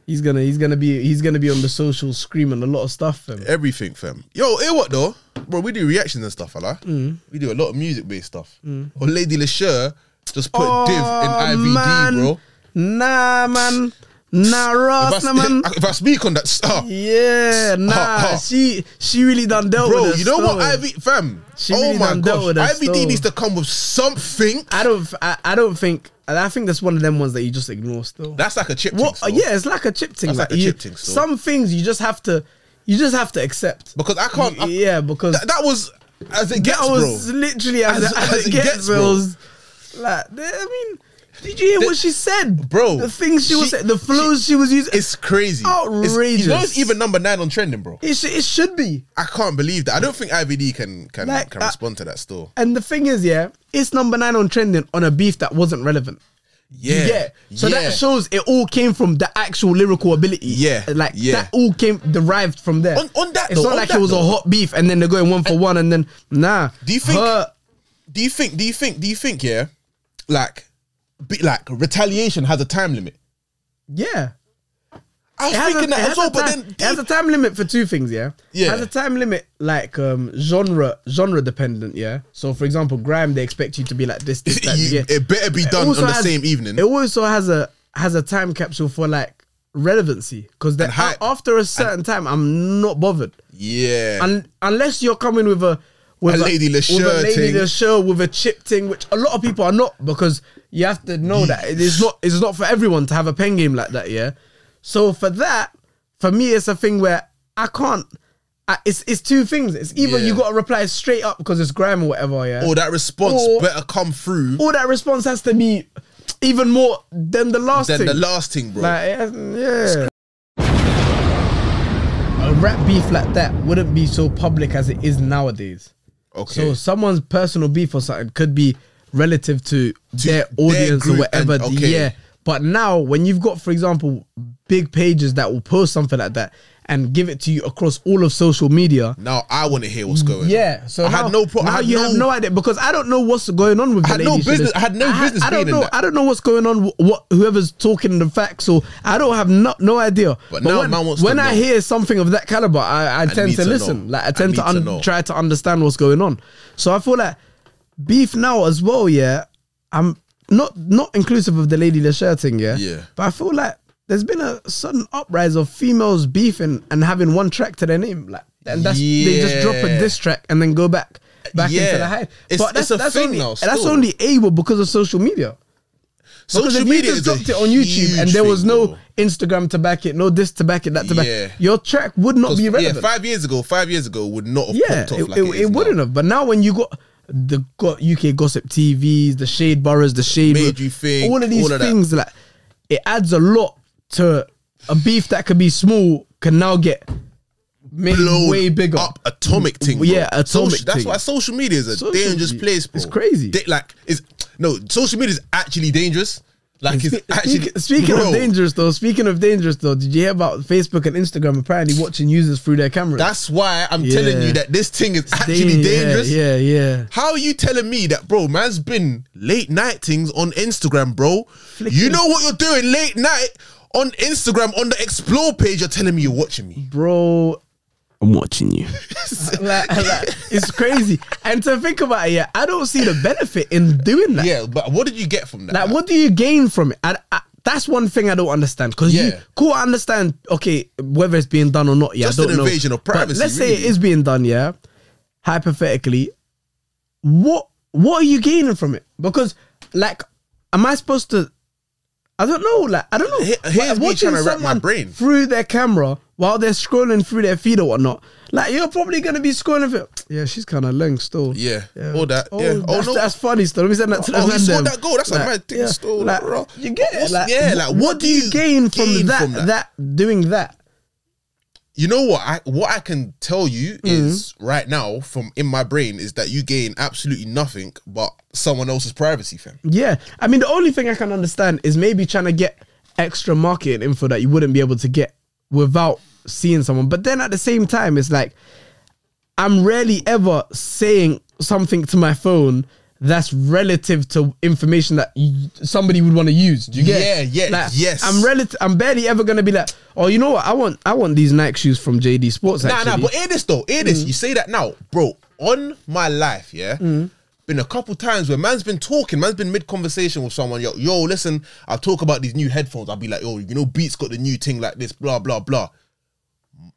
Speaker 2: he's gonna he's gonna be he's gonna be on the social screaming a lot of stuff. Fam.
Speaker 1: everything, fam. Yo, hear what though, bro? We do reactions and stuff, like
Speaker 2: Mm.
Speaker 1: we do a lot of music based stuff. Or Lady Lashur just put div in IVD,
Speaker 2: Oh, man.
Speaker 1: bro.
Speaker 2: Nah, man, nah,
Speaker 1: If
Speaker 2: Ross, nah,
Speaker 1: I,
Speaker 2: man.
Speaker 1: if I speak on that stuff,
Speaker 2: Yeah, nah,
Speaker 1: ha.
Speaker 2: she she really done dealt with
Speaker 1: bro,
Speaker 2: us,
Speaker 1: you know what,
Speaker 2: though.
Speaker 1: IV, fam?
Speaker 2: She
Speaker 1: oh
Speaker 2: really
Speaker 1: my
Speaker 2: done dealt
Speaker 1: gosh,
Speaker 2: with us,
Speaker 1: IVD
Speaker 2: though.
Speaker 1: needs to come with something.
Speaker 2: I don't I, I don't think and I think that's one of them ones that you just ignore still.
Speaker 1: That's like a chip.
Speaker 2: What?
Speaker 1: thing, so.
Speaker 2: yeah, it's like a chip thing.
Speaker 1: That's
Speaker 2: Like
Speaker 1: like a
Speaker 2: you-
Speaker 1: chip thing, so.
Speaker 2: some things you just have to, you just have to accept.
Speaker 1: Because I can't. I-
Speaker 2: yeah, because
Speaker 1: that, that was as it gets,
Speaker 2: that was
Speaker 1: bro.
Speaker 2: literally as,
Speaker 1: As-
Speaker 2: as,
Speaker 1: as
Speaker 2: it gets,
Speaker 1: bro.
Speaker 2: it was Like, th- I mean, did you hear what she said,
Speaker 1: Bro,
Speaker 2: The things she, was
Speaker 1: she-
Speaker 2: saying, the flows she, was using.
Speaker 1: It's crazy. It's,
Speaker 2: Outrageous.
Speaker 1: you know it's even number nine on trending, bro.
Speaker 2: It, sh- it should be.
Speaker 1: I can't believe that. I don't think IVD can can,
Speaker 2: Like,
Speaker 1: can
Speaker 2: uh,
Speaker 1: respond to that still.
Speaker 2: And the thing is, yeah, it's number nine on trending on a beef that wasn't relevant.
Speaker 1: Yeah.
Speaker 2: Yeah. So
Speaker 1: yeah.
Speaker 2: that shows it all came from the actual lyrical ability.
Speaker 1: Yeah,
Speaker 2: Like
Speaker 1: yeah.
Speaker 2: that all came derived from there.
Speaker 1: On- on that
Speaker 2: It's
Speaker 1: though,
Speaker 2: not
Speaker 1: on
Speaker 2: like
Speaker 1: that
Speaker 2: it was
Speaker 1: though.
Speaker 2: a hot beef and then they're going one for one and then nah.
Speaker 1: Do you think-
Speaker 2: her-
Speaker 1: Do you think? Do you think? Do you think? Yeah. Like, be, like retaliation has a time limit.
Speaker 2: yeah.
Speaker 1: I was
Speaker 2: It has, a,
Speaker 1: thinking
Speaker 2: it
Speaker 1: that
Speaker 2: has
Speaker 1: as well,
Speaker 2: a
Speaker 1: but
Speaker 2: time,
Speaker 1: then
Speaker 2: it has a time limit for two things, yeah.
Speaker 1: Yeah.
Speaker 2: It has a time limit like um genre genre dependent, yeah. So for example, grime they expect you to be like this, this, that,
Speaker 1: you-
Speaker 2: yeah.
Speaker 1: it better be done on
Speaker 2: also
Speaker 1: the
Speaker 2: has-
Speaker 1: same evening.
Speaker 2: It also has a has a time capsule for like relevancy because
Speaker 1: And hype.
Speaker 2: after a certain time, I'm not bothered.
Speaker 1: yeah.
Speaker 2: Un- unless you're coming with a with
Speaker 1: A Lady Lashur
Speaker 2: with a lady
Speaker 1: thing.
Speaker 2: Lashur with a chip thing, which a lot of people are not because you have to know that it's not it's not for everyone to have a pen game like that. Yeah, so for that, for me, it's a thing where I can't. I, it's it's two things. It's either
Speaker 1: Yeah.
Speaker 2: you got to reply straight up because it's grime or whatever. Yeah,
Speaker 1: or that response
Speaker 2: or-
Speaker 1: better come through
Speaker 2: all that response has to be even more than the last
Speaker 1: than
Speaker 2: thing.
Speaker 1: the last thing, bro.
Speaker 2: like, it hasn't- yeah. A rap beef like that wouldn't be so public as it is nowadays.
Speaker 1: okay.
Speaker 2: So someone's personal beef or something could be relative to,
Speaker 1: their
Speaker 2: their audience or
Speaker 1: group and-
Speaker 2: whatever. the-
Speaker 1: okay.
Speaker 2: Yeah. But now, when you've got, for example, big pages that will post something like that and give it to you across all of social media.
Speaker 1: Now I want to hear what's going. on.
Speaker 2: Yeah, so
Speaker 1: I
Speaker 2: now,
Speaker 1: had no pro- I
Speaker 2: now
Speaker 1: had
Speaker 2: you
Speaker 1: no-
Speaker 2: have no idea because I don't know what's going on with.
Speaker 1: I
Speaker 2: the
Speaker 1: had no
Speaker 2: lady shillers.
Speaker 1: business- I had no
Speaker 2: ha-
Speaker 1: business
Speaker 2: I don't
Speaker 1: being in
Speaker 2: know.
Speaker 1: that.
Speaker 2: I don't know what's going on. wh- What whoever's talking the facts, or I don't have no no idea.
Speaker 1: But now
Speaker 2: when,
Speaker 1: man wants to
Speaker 2: when I
Speaker 1: know.
Speaker 2: hear something of that caliber, I, I tend
Speaker 1: need
Speaker 2: to,
Speaker 1: to
Speaker 2: listen.
Speaker 1: know.
Speaker 2: Like I
Speaker 1: I
Speaker 2: tend
Speaker 1: need
Speaker 2: to,
Speaker 1: to
Speaker 2: un-
Speaker 1: know.
Speaker 2: try to understand what's going on. So I feel like beef now as well. Yeah, I'm not not inclusive of the lady Lashare thing. Yeah,
Speaker 1: Yeah.
Speaker 2: But I feel like there's been a sudden uprise of females beefing and having one track to their name. Like, and that's they just drop a
Speaker 1: Yeah.
Speaker 2: diss track and then go back back into
Speaker 1: Yeah.
Speaker 2: the hype.
Speaker 1: It's-
Speaker 2: but
Speaker 1: it's
Speaker 2: that's,
Speaker 1: a
Speaker 2: that's
Speaker 1: thing
Speaker 2: only,
Speaker 1: now,
Speaker 2: That's
Speaker 1: still.
Speaker 2: only able because of social media. Because
Speaker 1: Social
Speaker 2: if you
Speaker 1: media is
Speaker 2: just
Speaker 1: a
Speaker 2: dropped it on YouTube and
Speaker 1: huge
Speaker 2: there was
Speaker 1: thing,
Speaker 2: no
Speaker 1: bro.
Speaker 2: Instagram to back it, no this to back it, that to back
Speaker 1: Yeah.
Speaker 2: your track would not be
Speaker 1: Yeah,
Speaker 2: relevant.
Speaker 1: five years ago, five years ago would not have
Speaker 2: Yeah,
Speaker 1: popped off
Speaker 2: it,
Speaker 1: like
Speaker 2: it,
Speaker 1: it, is
Speaker 2: it wouldn't
Speaker 1: now.
Speaker 2: have. But now when you got the got UK gossip TVs, the shade boroughs, the shade
Speaker 1: Made you think,
Speaker 2: all of these
Speaker 1: all of that.
Speaker 2: things like it adds a lot to a beef that could be small can now get made
Speaker 1: Blown
Speaker 2: way bigger.
Speaker 1: up atomic thing. Bro.
Speaker 2: Yeah, atomic
Speaker 1: Social, That's
Speaker 2: thing.
Speaker 1: why social media is a
Speaker 2: Social
Speaker 1: dangerous
Speaker 2: me-
Speaker 1: place, bro.
Speaker 2: it's crazy.
Speaker 1: Da- like, it's no social media is actually dangerous. Like, it's
Speaker 2: Spe-
Speaker 1: actually
Speaker 2: speak- speaking
Speaker 1: bro,
Speaker 2: of dangerous though, speaking of dangerous though, did you hear about Facebook and Instagram apparently watching users through their cameras?
Speaker 1: That's why I'm telling
Speaker 2: Yeah.
Speaker 1: you that this thing is
Speaker 2: Dan-
Speaker 1: actually
Speaker 2: yeah,
Speaker 1: dangerous.
Speaker 2: Yeah, yeah.
Speaker 1: How are you telling me that, bro? Man's been late night things on Instagram, bro. You know what you're doing late night on Instagram on the Explore page. You're telling me you're watching me.
Speaker 2: Bro, I'm watching you. like, like, it's crazy. And to think about it, yeah, I don't see the benefit in doing that.
Speaker 1: Yeah, but what did you get from that?
Speaker 2: Like, what do you gain from it? And I, that's one thing I don't understand. Because you,
Speaker 1: Yeah.
Speaker 2: cool, I understand. Okay, whether it's being done or not, yeah,
Speaker 1: Just
Speaker 2: I
Speaker 1: an
Speaker 2: don't know.
Speaker 1: invasion of
Speaker 2: But
Speaker 1: privacy,
Speaker 2: let's say
Speaker 1: really.
Speaker 2: it is being done. Yeah, hypothetically, what what are you gaining from it? Because like, am I supposed to? I don't know. Like, I don't know.
Speaker 1: Here- here's me
Speaker 2: Watching
Speaker 1: trying to wrap my
Speaker 2: someone
Speaker 1: brain.
Speaker 2: through their camera while they're scrolling through their feed or whatnot. Like, you're probably gonna be scrolling. through- Yeah, she's kind of long still.
Speaker 1: Yeah, all that,
Speaker 2: Oh,
Speaker 1: yeah. Oh,
Speaker 2: that's,
Speaker 1: no.
Speaker 2: that's funny still. Let me send that to the
Speaker 1: Oh,
Speaker 2: man
Speaker 1: he scored
Speaker 2: them.
Speaker 1: that goal. That's a mad thing still,
Speaker 2: Like,
Speaker 1: bro.
Speaker 2: you get it?
Speaker 1: What's-
Speaker 2: Like,
Speaker 1: yeah, like, what do you
Speaker 2: gain from,
Speaker 1: gain
Speaker 2: that,
Speaker 1: from
Speaker 2: that?
Speaker 1: that?
Speaker 2: doing that.
Speaker 1: you know what I what I can tell you is right now from in my brain is that you gain absolutely nothing but someone else's privacy, fam.
Speaker 2: Yeah, I mean the only thing I can understand is maybe trying to get extra marketing info that you wouldn't be able to get without seeing someone. But then at the same time, it's like I'm rarely ever saying something to my phone. That's relative to information that you, somebody would want to use. Do you get? it?
Speaker 1: Yeah, yeah,
Speaker 2: Like,
Speaker 1: yes.
Speaker 2: I'm relative. I'm barely ever gonna be like, oh, you know what? I want, I want these Nike shoes from JD Sports.
Speaker 1: Nah,
Speaker 2: actually. Mm.
Speaker 1: nah, but hear this though. Hear this. You say that now, bro. On my life, yeah.
Speaker 2: Mm.
Speaker 1: Been a couple times where man's been talking, man's been mid conversation with someone. Yo, yo, listen, I'll talk about these new headphones. I'll be like, yo, you know, Beats got the new thing like this, blah, blah, blah.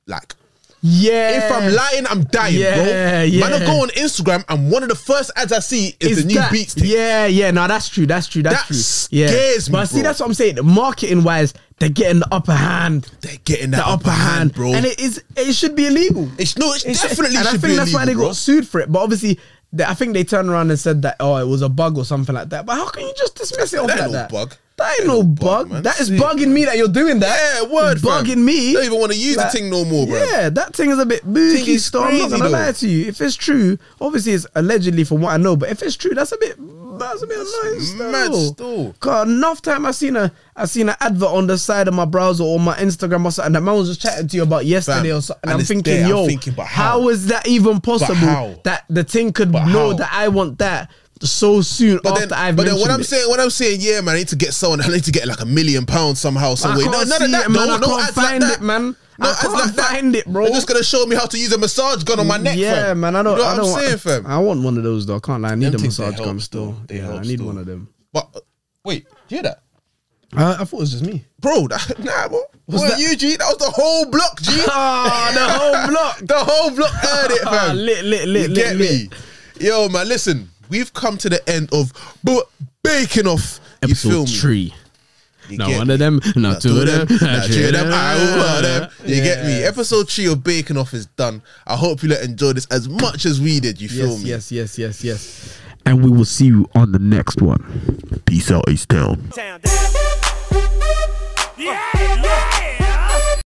Speaker 1: Like,
Speaker 2: yeah.
Speaker 1: if I'm lying, I'm dying,
Speaker 2: Yeah,
Speaker 1: bro.
Speaker 2: yeah.
Speaker 1: Man, I go on Instagram and one of the first ads I see is, the new
Speaker 2: that-
Speaker 1: Beats thing.
Speaker 2: Yeah, yeah, no, that's true, that's true, that's
Speaker 1: That
Speaker 2: true. Yeah,
Speaker 1: scares me,
Speaker 2: But see,
Speaker 1: bro.
Speaker 2: that's what I'm saying. Marketing wise, they're getting the upper hand,
Speaker 1: They're getting that
Speaker 2: the upper hand,
Speaker 1: bro.
Speaker 2: and it is it should be illegal.
Speaker 1: it's no, it's,
Speaker 2: It should-
Speaker 1: definitely
Speaker 2: and I
Speaker 1: should
Speaker 2: think
Speaker 1: be
Speaker 2: that's why they
Speaker 1: illegal, bro.
Speaker 2: got sued for it. But obviously, they, I think they turned around and said that oh, it was a bug or something like that. But how can you just dismiss it off
Speaker 1: That ain't
Speaker 2: like
Speaker 1: no
Speaker 2: that?
Speaker 1: bug.
Speaker 2: That ain't no bug.
Speaker 1: man.
Speaker 2: that is
Speaker 1: Sick.
Speaker 2: bugging me that you're doing that.
Speaker 1: Yeah, word, fam.
Speaker 2: bugging me.
Speaker 1: Don't even want to use
Speaker 2: Like,
Speaker 1: the thing no more, bro.
Speaker 2: Yeah, that thing is a bit booky.
Speaker 1: is
Speaker 2: Still, I'm not
Speaker 1: crazy,
Speaker 2: gonna
Speaker 1: though.
Speaker 2: lie to you. If it's true, obviously it's allegedly from what I know, but if it's true, that's a bit that's a bit annoying. Still.
Speaker 1: mad still.
Speaker 2: God, enough time I seen a I seen an advert on the side of my browser or my Instagram or something that man was just chatting to you about yesterday
Speaker 1: Fam,
Speaker 2: or something.
Speaker 1: and
Speaker 2: And I'm
Speaker 1: it's
Speaker 2: thinking,
Speaker 1: there, I'm
Speaker 2: yo,
Speaker 1: thinking, but
Speaker 2: how
Speaker 1: how?
Speaker 2: is that even possible
Speaker 1: how?
Speaker 2: that the thing could
Speaker 1: But
Speaker 2: know
Speaker 1: how?
Speaker 2: that I want that so soon
Speaker 1: But
Speaker 2: after
Speaker 1: then,
Speaker 2: I've
Speaker 1: but then
Speaker 2: mentioned
Speaker 1: what I'm
Speaker 2: it?
Speaker 1: saying, what I'm saying, yeah, man, I need to get someone. I need to get like a million pounds somehow, some
Speaker 2: I
Speaker 1: way.
Speaker 2: can't
Speaker 1: No, none
Speaker 2: see
Speaker 1: of that.
Speaker 2: it, man.
Speaker 1: no,
Speaker 2: I
Speaker 1: no,
Speaker 2: can't
Speaker 1: ads like
Speaker 2: find
Speaker 1: that.
Speaker 2: it, man.
Speaker 1: No,
Speaker 2: I
Speaker 1: ads
Speaker 2: can't
Speaker 1: like that.
Speaker 2: find it, bro.
Speaker 1: They're just gonna show me how to use a massage gun on my neck.
Speaker 2: Yeah,
Speaker 1: fam.
Speaker 2: man. I don't.
Speaker 1: You know
Speaker 2: I
Speaker 1: what
Speaker 2: don't
Speaker 1: I'm saying, fam.
Speaker 2: I want one of those though. I can't lie. I need
Speaker 1: Them
Speaker 2: a
Speaker 1: things, they
Speaker 2: massage
Speaker 1: help
Speaker 2: gun still.
Speaker 1: still. They
Speaker 2: yeah, I
Speaker 1: help
Speaker 2: need
Speaker 1: still.
Speaker 2: one of them.
Speaker 1: But uh, wait, do you hear that,
Speaker 2: Uh, I thought it was just me.
Speaker 1: bro? That, nah, bro. What
Speaker 2: that?
Speaker 1: you, G? That was the whole block, G.
Speaker 2: Oh, the whole block.
Speaker 1: the whole block heard it,
Speaker 2: Ah,
Speaker 1: fam.
Speaker 2: lit, lit, lit,
Speaker 1: You
Speaker 2: lit,
Speaker 1: get
Speaker 2: lit.
Speaker 1: me? Yo, man, listen. We've come to the end of but baking off. You feel me?
Speaker 2: three.
Speaker 1: You
Speaker 2: Not
Speaker 1: get
Speaker 2: one
Speaker 1: me?
Speaker 2: of them. Not two of them.
Speaker 1: Not three of them. I will them. You get me?
Speaker 2: Yeah.
Speaker 1: Episode three of Baking Off is done. I hope you lot enjoyed this as much as we did. You feel
Speaker 2: Yes,
Speaker 1: me?
Speaker 2: yes, yes, yes, yes. And we will see you on the next one.
Speaker 1: Peace out, East Town.
Speaker 3: Town down.